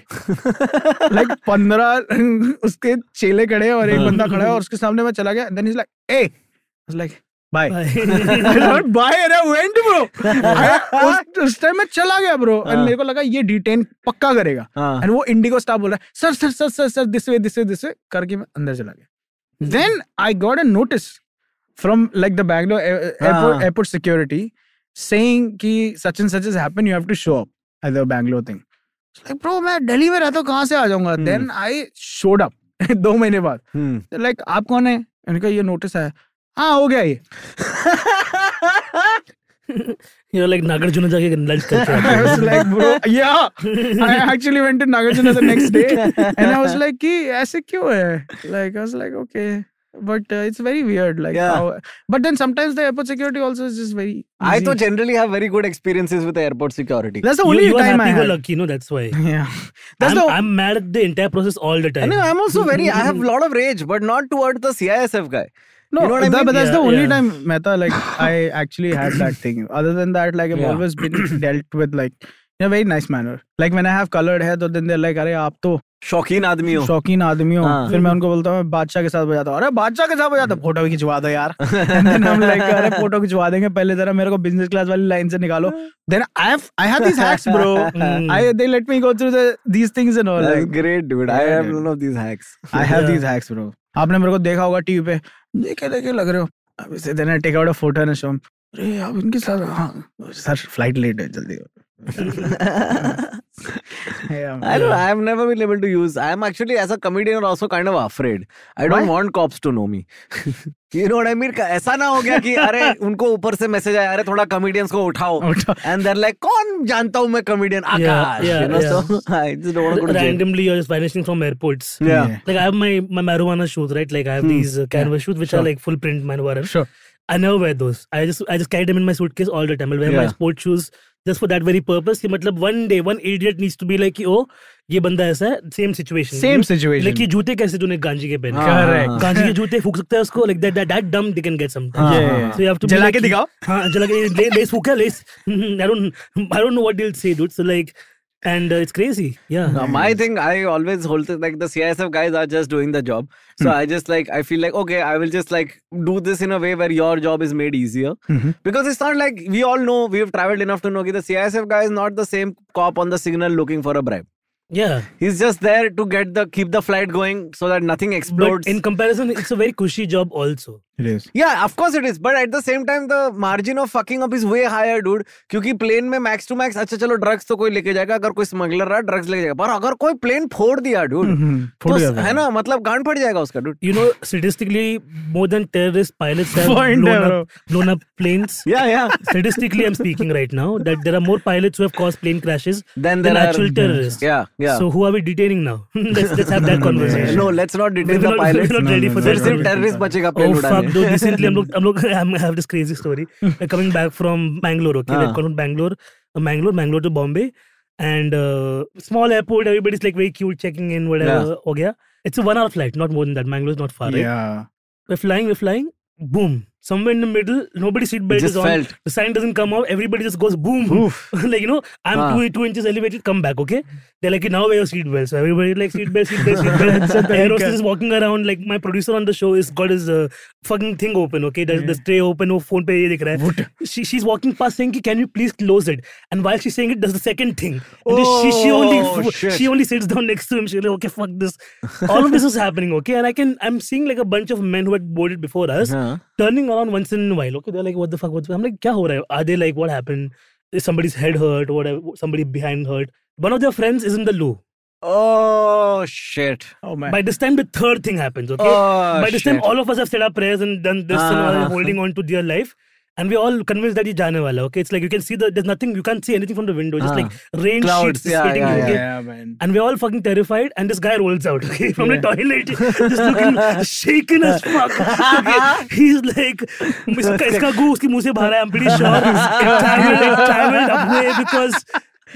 like 15 उसके चेले खड़े हैं और एक हाँ। बंदा खड़ा है और उसके सामने मैं चला गया then he's like hey i was like bye भाई। बाय अरे वेंट ब्रो उस उस टाइम मैं चला गया ब्रो और हाँ। मेरे को लगा ये डिटेन पक्का करेगा हाँ। एंड वो इंडिगो स्टाफ बोल रहा है sir sir Hmm. Sir sir sir this way this way this way करके मैं अंदर चला गया then I got a notice from like the Bangalore air- हाँ, airport, हाँ. airport security saying कि such and such has happened, you have to show up at the Bangalore thing. It's like, bro, मैं दिल्ली में रहता हूँ कहाँ से आ जाऊंगा? Hmm. Then I showed up दो महीने बाद. Hmm. They're like आप कौन है? मैंने कहा ये notice आया. हाँ हो गया ये. You're like Nagarjuna जाके लंच I was करके like, bro, yeah. I actually went to Nagarjuna the next day, and I was like, "कि ऐसे क्यों है?" Like I was like, okay. But uh, it's very weird, like Yeah. how. But then sometimes the airport security also is just very. I easy. to generally have very good experiences with airport security. that's the You, only you are time I happy go had. lucky, no? That's why. Yeah, that's I'm, the. I'm mad at the entire process all the I time. know, I'm Mm-hmm. also very, I have a lot of rage, but not toward the CISF guy. no, you know what I that- mean? but that's the Yeah, only yeah. time Meta like I actually had that thing. Other than that, like I've Yeah. always been dealt with like in a very nice manner. Like when I have colored hair, so then they're like, "अरे आप तो शौकीन आदमी हो शौकीन आदमी हो हाँ। फिर मैं उनको बोलता हूँ बादशाह के साथ बजाता हूँ अरे बादशाह के साथ बजाता हूँ, फोटो भी खिंचवा दो यार And then I'm like, अरे फोटो खिंचवा देंगे पहले जरा मेरे को बिजनेस क्लास वाली लाइन से निकालो then I have I have this hacks bro Mm. I they let me go through these things and all That's Uh, great, dude. I Yeah, have dude. none of these hacks. I have Yeah. These hacks bro आपने मेरे को देखा होगा TV पे देखे देखे लग रहे हो से then I take out a photo and show अरे आप इनके साथ हाँ सर फ्लाइट लेट है जल्दी Mm-hmm. Yeah. I don't. I've never been able to use. I'm actually, as a comedian, also kind of afraid. I don't Why? want cops to know me. you know what I mean? ऐसा ना हो गया कि अरे उनको ऊपर से message आया अरे थोड़ा comedians को उठाओ उठा- and they're like कौन जानता हूँ मैं comedian Akash yeah, you know yeah. so I just don't want to go to jail. Randomly, you're just vanishing from airports. Yeah. Hmm. Like I have my my marijuana shoes, right? Like I have these uh, canvas shoes, which are like full print marijuana. Sure. I never wear those. I just I just carry them in my suitcase all the time. I'll wear my Yeah. sports shoes just for that very purpose. कि मतलब one day one idiot needs to be like कि, oh ये बंदा ऐसा है same situation. Same You know? situation. Like ये जूते कैसे तूने गांजी के पहने? हाँ, Correct. हाँ, गांजी के जूते फूक सकता है उसको like that that that dumb they can get sometimes. Yeah, yeah, yeah. So you have to be हाँ, जला like के कि- दिखाओ। हाँ जला के ले- लेस फूका less. I don't I don't know what they'll say, dude. So like and uh, it's crazy. Yeah. Now, my thing, I always hold it like the CISF guys are just doing the job. So Hmm. I just like, I feel like, okay, I will just like do this in a way where your job is made easier. Mm-hmm. Because it's not like we all know, we have traveled enough to know that the CISF guy is not the same cop on the signal looking for a bribe. हाँ। Yeah. He's just there to get the keep the flight going so that nothing But explodes. in comparison, it's a very cushy job also. It is. yeah, of course it is. But at the same time, the margin of fucking up is way higher, dude. क्योंकि plane में max to max, अच्छा चलो drugs तो कोई लेके जाएगा अगर कोई smuggler रहा drugs लेके जाएगा पर अगर कोई plane फोड़ दिया हम्म, dude फोड़ तो दिया है ना मतलब गांड फट जाएगा उसका dude. you know, statistically, more than terrorist pilots have Point blown, there, bro. up, blown up planes. Yeah, yeah. Statistically, I'm speaking right now that there are more pilots who have caused plane crashes Then than there are- actual terrorists. Yeah, yeah. So who are we detaining now? let's, let's have that conversation. no, let's not We're detain not, the we're pilots. not ready for फिर that. सिर्फ terrorist बचेगा Oh plane fuck! उड़ाने Though recently, I'm look, I'm look, I'm, I have this crazy story. Hmm. We're coming back from Bangalore. Okay, हाँ. we're coming from Bangalore, uh, Bangalore, Bangalore to Bombay, and uh, small airport. Everybody's like very cute, checking in, whatever. Yeah. It's a one-hour flight, not more than that. Bangalore is not far. Right? Yeah. We're flying, we're flying. Boom. Somewhere in the middle, nobody's seat belt Just is on. felt. The sign doesn't come out. Everybody just goes boom. like, you know, I'm Ah. two, two inches elevated, come back, okay? They're like, now wear your seat belt. So everybody like seat belt, seat belt, seat belt. The Aerosmith is walking around. Like my producer on the show is got his uh, fucking thing open, okay? There's this tray open, वो phone पे ये दिख रहा है. She, she's walking past saying, कि, can you please close it? And while she's saying it, does the second thing. And then she, she Oh, only shit. she only sits down next to him. She's like, okay, fuck this. All of this is happening, okay? And I can, I'm seeing like a bunch of men who had boarded before us Huh. turning around once in a while. Okay, they're like, what the fuck? What's I'm like, kya ho raha hai? Are they like, what happened? Is somebody's head hurt? Whatever, somebody behind hurt. One of their friends is in the loo. Oh shit. Oh man. By this time, the third thing happens. Okay. Oh By this time, shit. all of us have said our prayers and done this and all, Ah. holding on to their life. And we're all convinced that he's jaane wala. Okay, it's like you can see the there's nothing you can't see anything from the window. Just Ah. like rain Clouds, sheets just yeah, hitting yeah, you. Okay, yeah, man. and we're all fucking terrified. And this guy rolls out okay, from the toilet, just looking shaken as fuck. Okay, he's like, इसका इसका गू उसके मुंह से बाहर है. I'm pretty sure it traveled, it traveled away because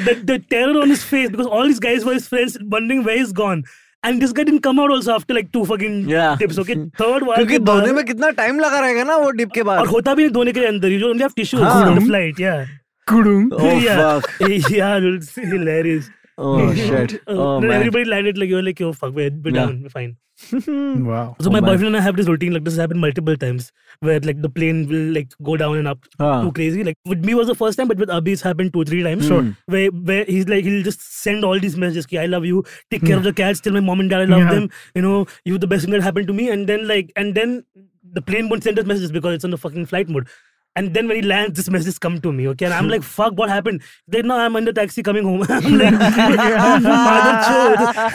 the the terror on his face because all these guys were his friends, wondering where he's gone. And this guy didn't come out also after like two fucking Yeah. tips. Okay, third one. क्योंकि धोने में कितना time लगा रहेगा ना वो dip के और बाद होता भी नहीं धोने के लिए अंदर यू ओनली हैव टिश्यू हाँ। ऑन द फ्लाइट या Oh fuck. yeah it's hilarious Oh shit. Oh Uh, then man. everybody landed like you're like, yo, fuck, we're, we're Yeah. down, we're fine. Wow. So Oh, my man. boyfriend and I have this routine, like this has happened multiple times, where like the plane will like go down and up Ah. too crazy. Like with me was the first time, but with Abhi it's happened two, three times. Sure. Mm. Where where he's like he'll just send all these messages, ki, I love you, take care of the cats, tell my mom and dad I love Yeah. them, you know, you the best thing that happened to me, and then like and then the plane won't send us messages because it's on the fucking flight mode. And then when he lands, this message come to me, okay? And I'm like, fuck, what happened? Then now I'm in the taxi coming home. I'm like, mother chode.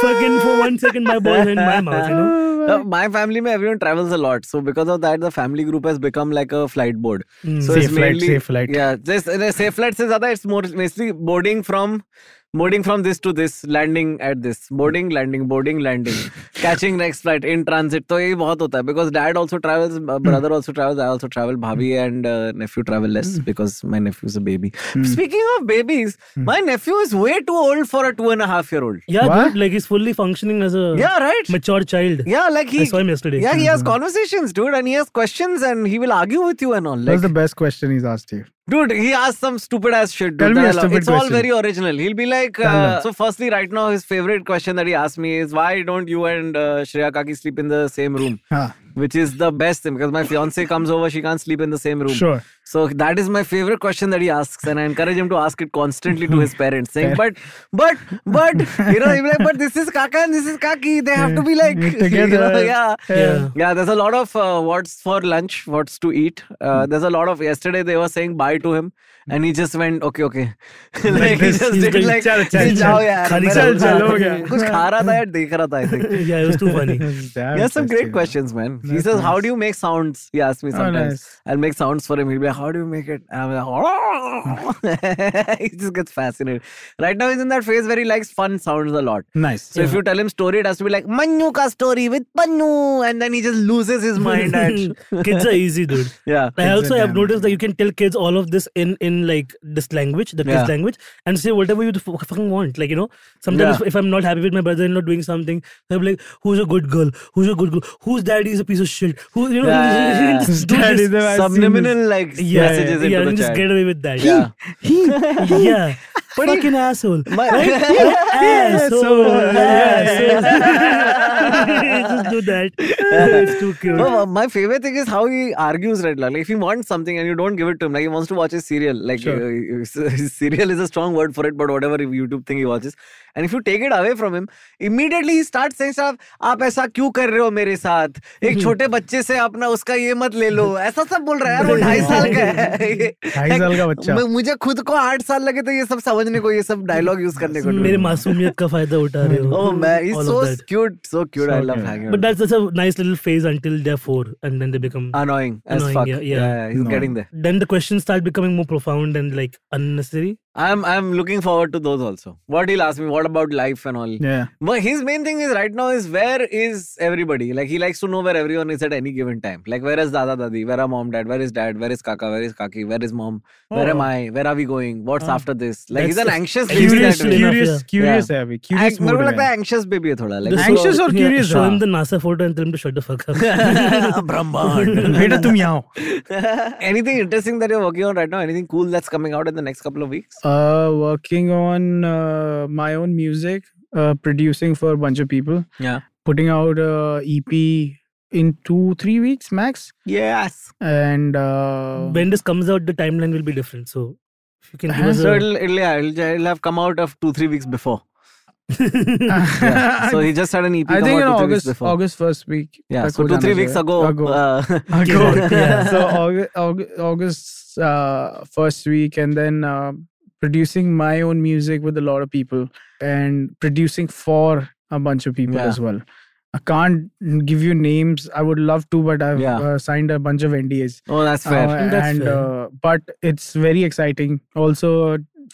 fucking for one second, my balls are in my mouth, you know? Uh, my family में everyone travels a lot, so because of that, the family group has become like a flight board. Hmm. So Safe it's flight, mainly safe flight. yeah, just uh, safe flight से ज़्यादा it's more mostly boarding from boarding from this to this, landing at this, boarding, landing, boarding, landing, catching next flight in transit. तो यही बहुत होता है because dad also travels, uh, brother also travels, I also travel, bhabi Hmm. and uh, nephew travel less because my nephew is a baby. Speaking of babies, Hmm. my nephew is way too old for a two and a half year old. Yeah, What? dude, like he's fully functioning as a Yeah, right. mature child. Yeah, like he. I saw him yesterday. Yeah, he has Mm-hmm. conversations, dude, and he has questions, and he will argue with you and all. Like, That's the best question he's asked you. dude, he asks some stupid ass shit. Dude, Tell me that a I love. stupid it's all question. very original. He'll be like, uh, so firstly, right now, his favorite question that he asked me is, why don't you and uh, Shreya Kaki sleep in the same room? Huh. Which is the best thing because my fiance comes over, she can't sleep in the same room. Sure. So that is my favorite question that he asks, and I encourage him to ask it constantly to his parents, saying, "But, but, but, you know, he'll be like, but this is Kaka and this is Kaki. They have to be like you know, Together. yeah, Yeah. yeah, there's a lot of uh, what's for lunch, what's to eat. Uh, there's a lot of yesterday they were saying bye to him, and he just went okay, okay. like, this, he just he's did doing, like "चल, चल, "जी, चल, जाओ यार, खाली मेरा चल, कुछ खा- चल, हो गया." कुछ खा रहा था यार देख रहा था I think. Yeah, it was too funny. Damn He has some great interesting. questions, man. He That's says, "How nice. do you make sounds?" He asked me Oh, sometimes. nice. I'll make sounds for him. He'll be like, "How do you make it?" And I'm like, "Oh." he just gets fascinated. Right now, he's in that phase where he likes fun sounds a lot. Nice. So if you tell him story, it has to be like Mannu ka story with Pannu, and then he just loses his mind. and Kids are easy, dude. yeah, I also damn have noticed that you can tell kids all of this in in like this language, the kids Yeah. language, and say whatever you f- fucking want. Like you know, sometimes Yeah. if I'm not happy with my brother-in-law doing something, I'm like, "Who's a good girl? Who's a good girl? Whose daddy is a piece of shit? Who you know?" Yeah, you yeah, can yeah. just do Daddy, this. the- I've seen subliminal like Yeah, messages yeah, into yeah, the and just child. get away with that. Yeah. yeah. Fucking asshole. My- Asshole. Yeah, Asshole. Just do that. It's too cute. No, Oh, my favorite thing is how he argues, right? Like, if he wants something and you don't give it to him, like he wants to watch his serial. Like, uh, his serial is a strong word for it, but whatever YouTube thing he watches. And if you take it away from him, immediately he starts saying stuff. आप ऐसा क्यों कर रहे हो मेरे साथ? एक छोटे बच्चे से अपना उसका ये मत ले लो. ऐसा सब बोल रहा है यार वो ढाई साल का है. ढाई साल का बच्चा। मैं- मुझे खुद को आठ साल लगे तो ये सब समझने को, ये सब डायलॉग यूज करने को. मेरे मासूमियत का फायदा उठा रहे हो Oh man, he's All so of that. cute, so cute. I love cute. hanging. out But that's such a nice little phase until they're four, and then they become. annoying as Annoying, fuck. yeah, Ah, Yeah, yeah. he's Annoying. getting there. then the questions start becoming more profound and like unnecessary. I'm I'm looking forward to those also. What he'll ask me, what about life and all. Yeah. But his main thing is right now is where is everybody? Like he likes to know where everyone is at any given time. Like where is Dada Dadi? Where are mom, dad? Where is dad? Where is Kaka? Where is Kaki? Where is mom? Where am I? Where are we going? What's after this? Like he's That's an the- anxious At baby. least Oh. Curious, that way. actually enough, curious, yeah. curious है अभी. Ang- Curious मेरे को mood लगता में है anxious baby है थोड़ा The like Anxious show- or yeah, curious, Show huh? him the NASA photo and tell him to shut the fuck up. ब्रह्मांड बेटा तुम यहाँ हो. anything interesting that you're working on right now anything cool that's coming out in the next couple of weeks Uh, working on uh, my own music, uh, producing for a bunch of people, yeah putting out a EP in two, three weeks max. yes And uh, when this comes out, the timeline will be different. So if you can give Huh? us So a. it'll, it'll, yeah, it'll, ju- it'll have come out of two three weeks before. So he just had an EP. I come think in out two, three weeks August, before. August first week. Yeah, तक so हो two जाना three weeks चाहिए. ago. Uh, ago. Yeah. so August, August uh, first week, and then uh, producing my own music with a lot of people, and producing for a bunch of people Yeah. as well. I can't give you names. I would love to, but I've Yeah. uh, signed a bunch of NDAs. oh, that's Uh, fair. That's and fair. Uh, but it's very exciting. Also,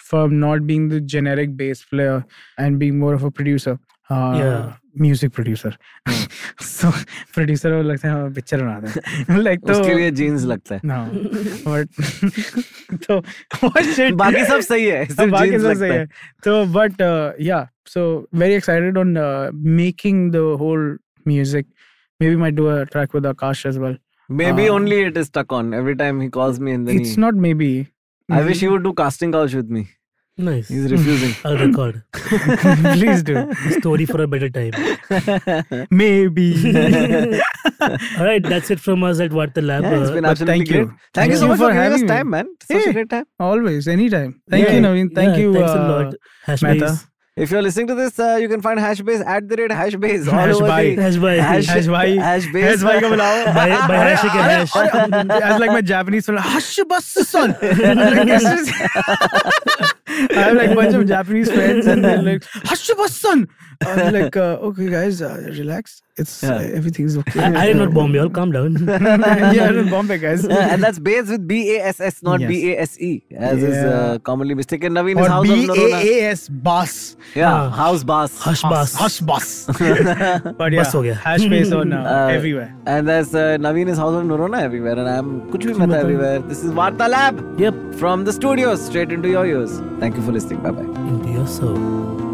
from not being the generic bass player and being more of a producer. Uh, Yeah. Music producer Hmm. So producer वो लगता है हाँ, picture बना they like तो उसके लिए jeans लगता है. No. But so what shit? बाकी सब सही है. हाँ, सिर्फ बाकी jeans सब लगता सही है. है. So but uh, yeah, so very excited on uh, making the whole music. Maybe might do a track with Akash as well. Maybe Uh, only it is stuck on. Every time he calls me and then It's he. not maybe. I wish he would do casting couch with me. Nice. He's refusing. I'll record Please do. a story for a better time. Maybe. All right, that's it from us at What the Lab. Yeah, it's Uh, been but absolutely thank you. great. Thank you so Thank you much for for giving us having me. time, man. Such a Hey. great time. Always, anytime. Thank yeah, you, Naveen. Thank yeah, you. Thanks a uh, lot. Hash Mehta. Maze. If you're listening to this, uh, you can find Hashbase at the rate Hashbase. all Hash over bhai. the- Hash bhai. Hash, Hash bhai. Hash base. Hash भाई को बुलाओ By- by hash ही के hash. आज like मैं Japanese बोला hush बस सुन I have like bunch of Japanese friends and they're like hush बस सुन I'm like uh, okay guys uh, relax it's uh, Yeah. everything's okay I, I did not bomb you. all calm down. yeah I'm in Bombay guys Yeah, Uh, and that's base with B A S S, not Yes. B A S E, as is Yeah. uh, commonly mistaken. Naveen is और house B of A Narona. A S बस Yeah, house boss. Hush bus. Hush बस but yeah बस हो गया। hash base on uh, Uh, everywhere And there's uh, Naveen is house of Narona everywhere, and I'm Kuch Bhi Mata everywhere. This is Varta Lab Yep. from the studios straight into your ears. Thank you for listening. Bye bye. Into your soul.